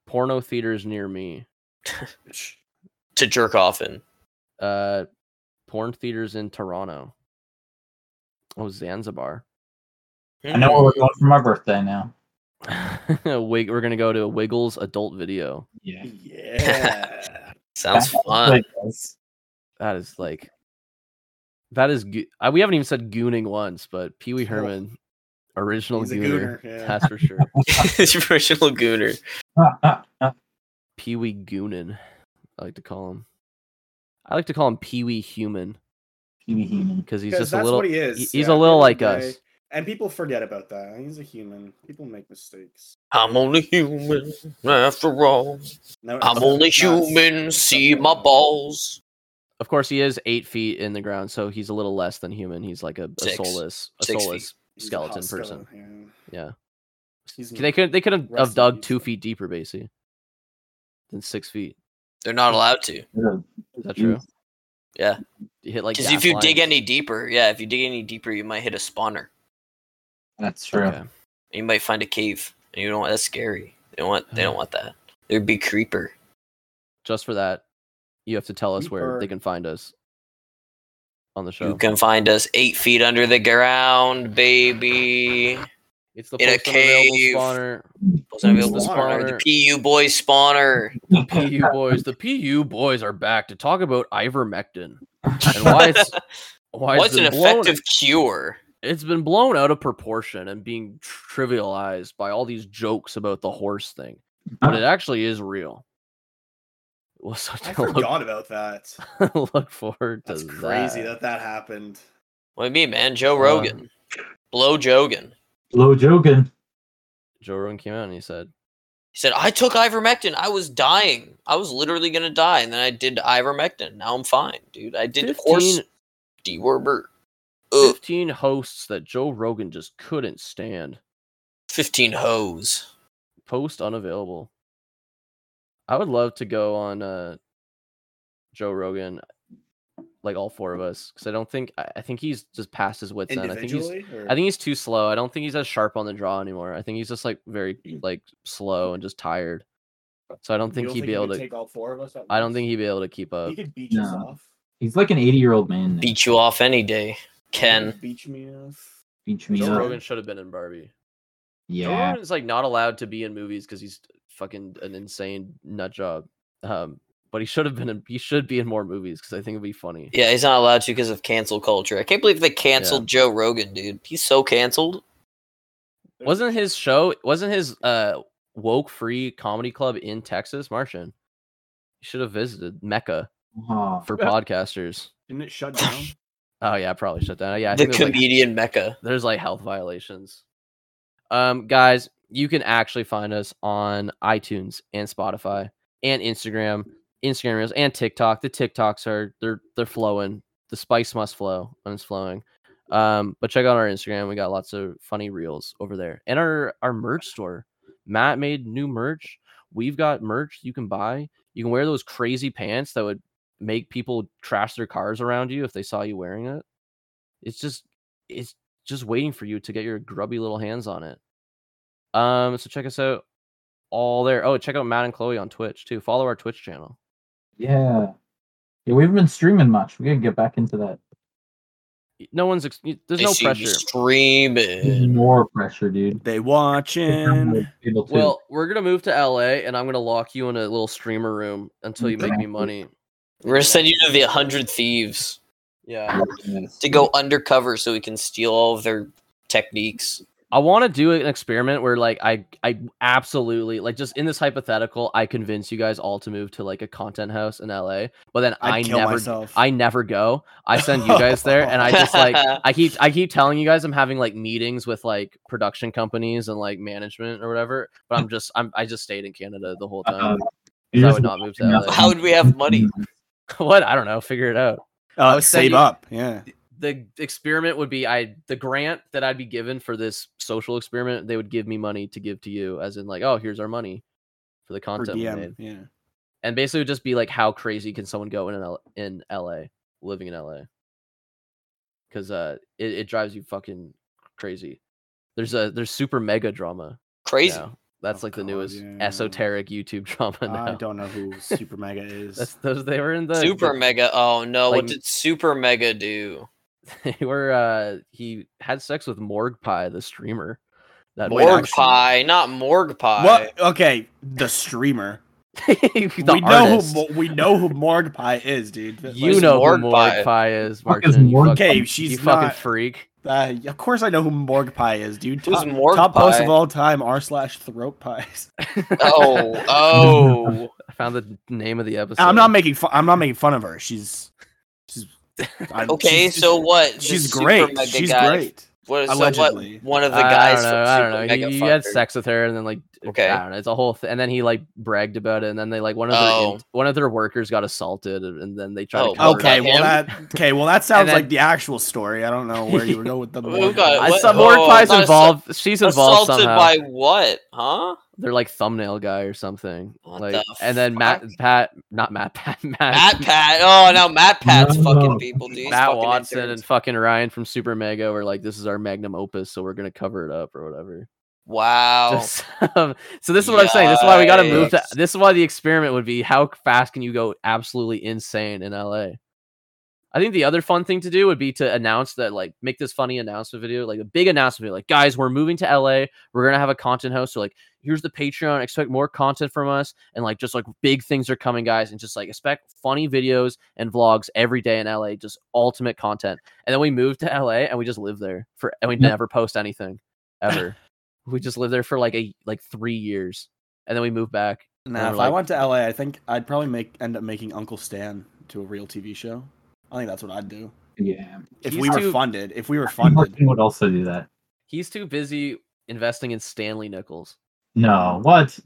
porno theaters near me.
to jerk off in.
Uh, porn theaters in Toronto. Oh, Zanzibar. (laughs)
I
Hmm.
know where we're going for my birthday now.
Wig. We're gonna go to Wiggles Adult Video.
Yeah.
Yeah.
Sounds (laughs)
(laughs)
fun.
That is like that is goo- I, we haven't even said gooning once, but Pee Wee Herman, original
He's a
gooner,
gooner, yeah.
that's for sure.
Original gooner.
Pee Wee goonin, I like to call him. I like to call him Pee Wee human because he's
'Cause
just a
that's
little.
what he is.
he- he's
yeah, at
a
the
little
end of
like
the
us.
day. And people forget about that. He's a human. People make mistakes.
I'm only human after all.
No,
I'm
it's
only
not-
human.
it's
See
not-
my balls.
Of course, he is eight feet in the ground, so he's a little less than human. He's like a, a
Six.
soulless, a
Six feet.
soulless
He's a
skeleton
hot
person.
skeleton,
Yeah,
yeah. He's
they could they could have,
Rest
have
in
dug
peace.
two feet deeper, basically, than six feet.
They're not allowed to.
Is
that true?
Yeah.
You hit like
Because
gas
if you dig
lines.
any deeper, yeah, if you dig any deeper, you might hit a spawner.
That's true.
Okay.
and you might find a cave and you don't want that's scary they don't want they don't want that there'd be creeper
just for that, you have to tell us where they
Reaper.
can find us on the
you
show.
can find us eight feet under the ground baby
It's the
in a
first unavailable
cave. (laughs)
spawner.
wasn't available spawner.
Spawner.
the pu boy spawner
(laughs)
PU boys, the PU boys are back to talk about ivermectin and why
(laughs)
it's why it's
what's an
been blown,
effective cure
It's been blown out of proportion and being trivialized by all these jokes about the horse thing. but it actually is real. Well, so
I
to (laughs) look,
forgot about that.
(laughs) look forward to
That's crazy that
that.
that happened.
What do you mean, man? Joe Rogan. Blow Jogan.
Low joking.
Joe Rogan came out and he said,
He said, I took ivermectin. I was dying. I was literally going to die. And then I did ivermectin. Now I'm fine, dude. I did
15,
horse dewormer. Ugh,
15 hosts that Joe Rogan just couldn't stand.
15 hoes.
Post unavailable. I would love to go on uh, Joe Rogan, like all four of us, because I don't think I, I think he's just past his wits end. I think he's
Individually? or-
I think he's too slow. I don't think he's as sharp on the draw anymore. I think he's just like very like slow and just tired. So I don't think
You
he'd be
he
able
could
to.
take all four of us. at
I don't
once?
think he'd uh, be able to keep up.
he could beach us
No.
off.
He's like an 80 year old man. Beach,
Beat you off any day, Ken.
beach me off.
Beach me
Joe
up.
Rogan should have been in Barbie. Joe
Yeah.
Rogan's like not allowed to be in movies because he's fucking an insane nut job. Um, but he should have been in. He should be in more movies because I think it'd be funny.
Yeah, he's not allowed to because of cancel culture. I can't believe they canceled Joe Rogan, dude. He's so canceled.
Wasn't his show? Wasn't his uh woke free comedy club in Texas, Martian? He should have visited Mecca
Oh,
for podcasters.
Didn't it shut (laughs) down?
Oh yeah, probably shut down. Yeah, I
the
think there's, like,
comedian mecca.
there's like health violations. Um, guys, you can actually find us on iTunes and Spotify and Instagram, Instagram Reels and TikTok. The TikToks are they're they're flowing. The spice must flow and it's flowing. Um, but check out our Instagram. We got lots of funny reels over there, and our our merch store. Matt made new merch. We've got merch you can buy. You can wear those crazy pants that would make people trash their cars around you if they saw you wearing it. It's just it's just waiting for you to get your grubby little hands on it. Um, so check us out all there. Oh, check out Matt and Chloe on Twitch too. Follow our Twitch channel.
yeah. Yeah, we haven't been streaming much. We gotta get back into that.
Y- No one's ex- y- there's
They
no
see you
pressure.
Streaming.
More pressure, dude.
They
(laughs)
People
watching.
too.
Well, we're gonna move to LA, and I'm gonna lock you in a little streamer room until you make me
Exactly.
Mm-hmm.
money.
We're gonna send you to the hundred thieves
Yeah,
to go undercover so we can steal all of their techniques.
I want to do an experiment where like I I absolutely like just in this hypothetical, I convince you guys all to move to like a content house in LA, but then
I'd
I
kill
never
myself.
I never go. I send you guys there, and I just like I keep I keep telling you guys I'm having like meetings with like production companies and like management or whatever. But I'm just I'm I just stayed in Canada the whole time.
Uh,
'cause
you're
I
just
would not move to
watching
Um,
LA.
us.
How would we have money?
(laughs)
Mm-hmm.
what I don't know. Figure it out.
Uh,
would send
save
you-
up. Yeah.
The experiment would be I the grant that I'd be given for this social experiment. They would give me money to give to you, as in like oh here's our money for the
Per
content we made.
DM.
(laughs)
Yeah.
and basically it would just be like how crazy can someone go in an L- in LA living in LA because uh it, it drives you fucking crazy there's a there's super mega drama
Crazy.
now. that's
Oh,
like the
God,
newest
yeah.
esoteric YouTube (laughs) drama now
I don't know
(laughs)
who Super Mega is.
that's those they were in the
Super
the,
Mega. Oh no,
like-
what did Super Mega do?
(laughs) they were uh he had sex with Morg Pie the streamer that
Wait,
Morg
actually-
Pie, not Morg Pie.
what? Okay, the streamer.
(laughs) the
we
artist.
know who Mo- we know who Morg Pie is, dude. Like,
you
Who's
know
Morg
who Morg
Pie?
Pie is
Fuck is
Martin you
Morg
fuck-
Okay,
you
she's
fucking
not.
freak (laughs)
Uh, of course, I know who Morg Pie is, dude.
Who's
Top,
Morg
top post
Pie?
of all time. R slash throat
(laughs)
pies.
Oh, oh.
(laughs) I found the name of the episode
I'm not making. Fu- I'm not making fun of her. She's.
(laughs)
she's I'm-
Okay,
she's-
so what? The
she's
Super
great.
Mega
She's
guy-
great.
What, so
Allegedly.
what? One of the
I-
guys.
I don't know.
from
I
Super
don't know.
Mega
He, he had
fuckered.
sex with her, and then like, okay,
Okay.
I don't know. It's a whole, thing. and then he like bragged about it, and then they like one of their in-
Oh.
one of their workers got assaulted, and and then they tried
Oh,
to cover
Okay,
it.
Him?
well that okay, well
(laughs)
that sounds
then-
like the actual story. I don't know where you were going with the
Who
Morg
got-
Pie.
I
what-
saw Morg
oh,
Pie's
not assau-
involved. She's involved
Assaulted
somehow.
by what? Huh?
They're like thumbnail guy or something.
What
like,
the
and then Matt,
fuck?
Pat, not Matt, (laughs) Pat, Matt,
Matt Pat. Oh, now Matt Pat's
No.
fucking people, dude. He's
Matt
fucking
Watson,
interns.
and fucking Ryan from Super Mega were like, this is our magnum opus, so we're gonna cover it up or whatever.
Wow.
Just- (laughs) so this is what I'm saying. This is why we got to move to.
Yikes.
This is why the experiment would be how fast can you go absolutely insane in LA. I think the other fun thing to do would be to announce that, like, make this funny announcement video, like a big announcement video, like, guys, we're moving to LA. We're gonna have a content host. So like, here's the Patreon. Expect more content from us, and like, just like big things are coming, guys, and just like expect funny videos and vlogs every day in LA. Just ultimate content. And then we move to LA and we just live there for, and we
Yeah.
never post anything ever we just lived there for like a like three years and then we moved back.
Nah, if
Or
I
like-
went to LA, I think I'd probably make end up making Uncle Stan to a real TV show. I think that's what I'd do.
Yeah.
If
He's
we were
too-
funded, if we (laughs) were funded,
Martin would also do that.
He's too busy investing in Stanley Nichols.
No, what?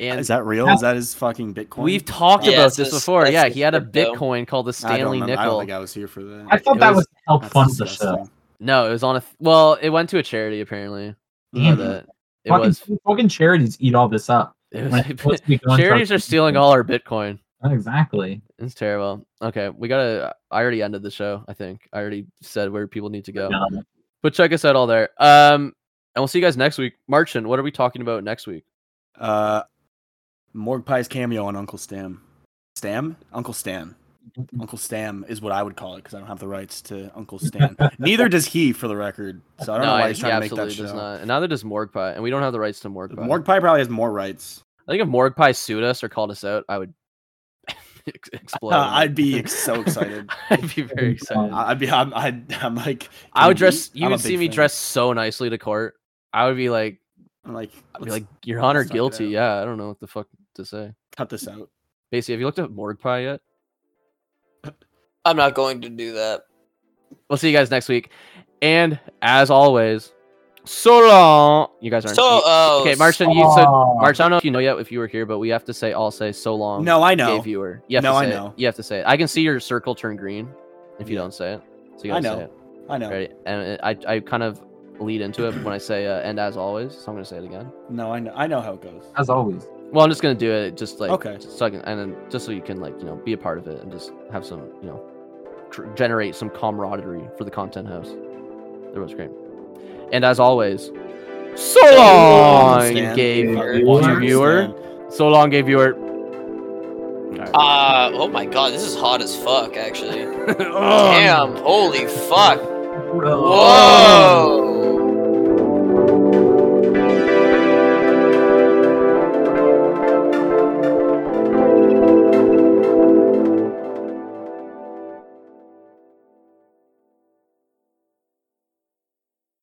And-
is that real? Is that his fucking Bitcoin?
We've talked
Yeah,
about
it's
this
just-
before.
that's
Yeah,
just
he had a
crypto.
Bitcoin called the
I don't,
Stanley
remember. I don't
Nickel.
think I was here for that.
I thought
It
that
was-
was, to help
That's
fund the
disgusting.
show.
No, it was on a. Th- well, it went to a charity apparently.
Mm-hmm.
Damn
but,
it.
uh, it
fucking,
was.
fucking charities eat all this up.
(laughs)
It
When
(laughs)
it's
was
supposed to be going
charities are
towards-
stealing all our Bitcoin.
Exactly.
It's terrible. Okay, we gotta. I already ended the show. I think I already said where people need to go.
Yeah.
But check us out all there. Um, and we'll see you guys next week. Marchin, what are we talking about next week?
Uh, Morg Pie's cameo on Uncle Stam. Stam? Uncle Stan. Uncle Stam is what I would call it because I don't have the rights to Uncle (laughs) Stan. Neither does he, for the record. So I don't know why he's
he
trying to make that
absolutely does
show.
not. And neither does Morgpie, and we don't have the rights to Morgpie.
Morg Pie probably has more rights.
I think if Morgpie sued us or called us out, I would ex- explode.
Uh, (laughs) I'd be
(laughs)
ex- so excited.
I'd be very excited.
I- I'd be. I'm. I'd, I'm like.
I would
can we-
dress. You
I'm a
would see
big
me
fan.
dress so nicely to court. I would be like,
I'm like.
I'd be
let's
like, Your Honor,
let's knock it
guilty.
out.
Yeah, I don't know what the fuck to say.
cut this out.
Basically, have you looked at Morgpie yet?
I'm not going to do that.
We'll see you guys next week. And as always, so long. You guys aren't.
So,
you-
oh,
okay, Marcin, you said.
Oh.
March, I don't know if you know yet if you were here, but we have to say all say so long.
No, I
gay
know.
viewer. You have
No,
to
I
say it.
know.
You have to say it. I can see your circle turn green if you
Yeah.
don't say it. So you
I
gotta
know.
say it.
I know.
Ready? And I, I kind of lead into it when I say uh, and as always. So I'm gonna say it again.
No, I know. I know how it goes.
As always.
Well, I'm just gonna do it just like
Okay.
just so I can, and then just so you can like you know be a part of it and just have some you know tr- generate some camaraderie for the content house. That was great. And as always, so long,
Stan,
gay
fucking
viewer.
Uncle
viewer.
Stan.
So long, gay (laughs) viewer. All right.
Uh, oh my god,
Um, Oh, um,
this is hot as fuck, actually. Damn, holy fuck. Whoa!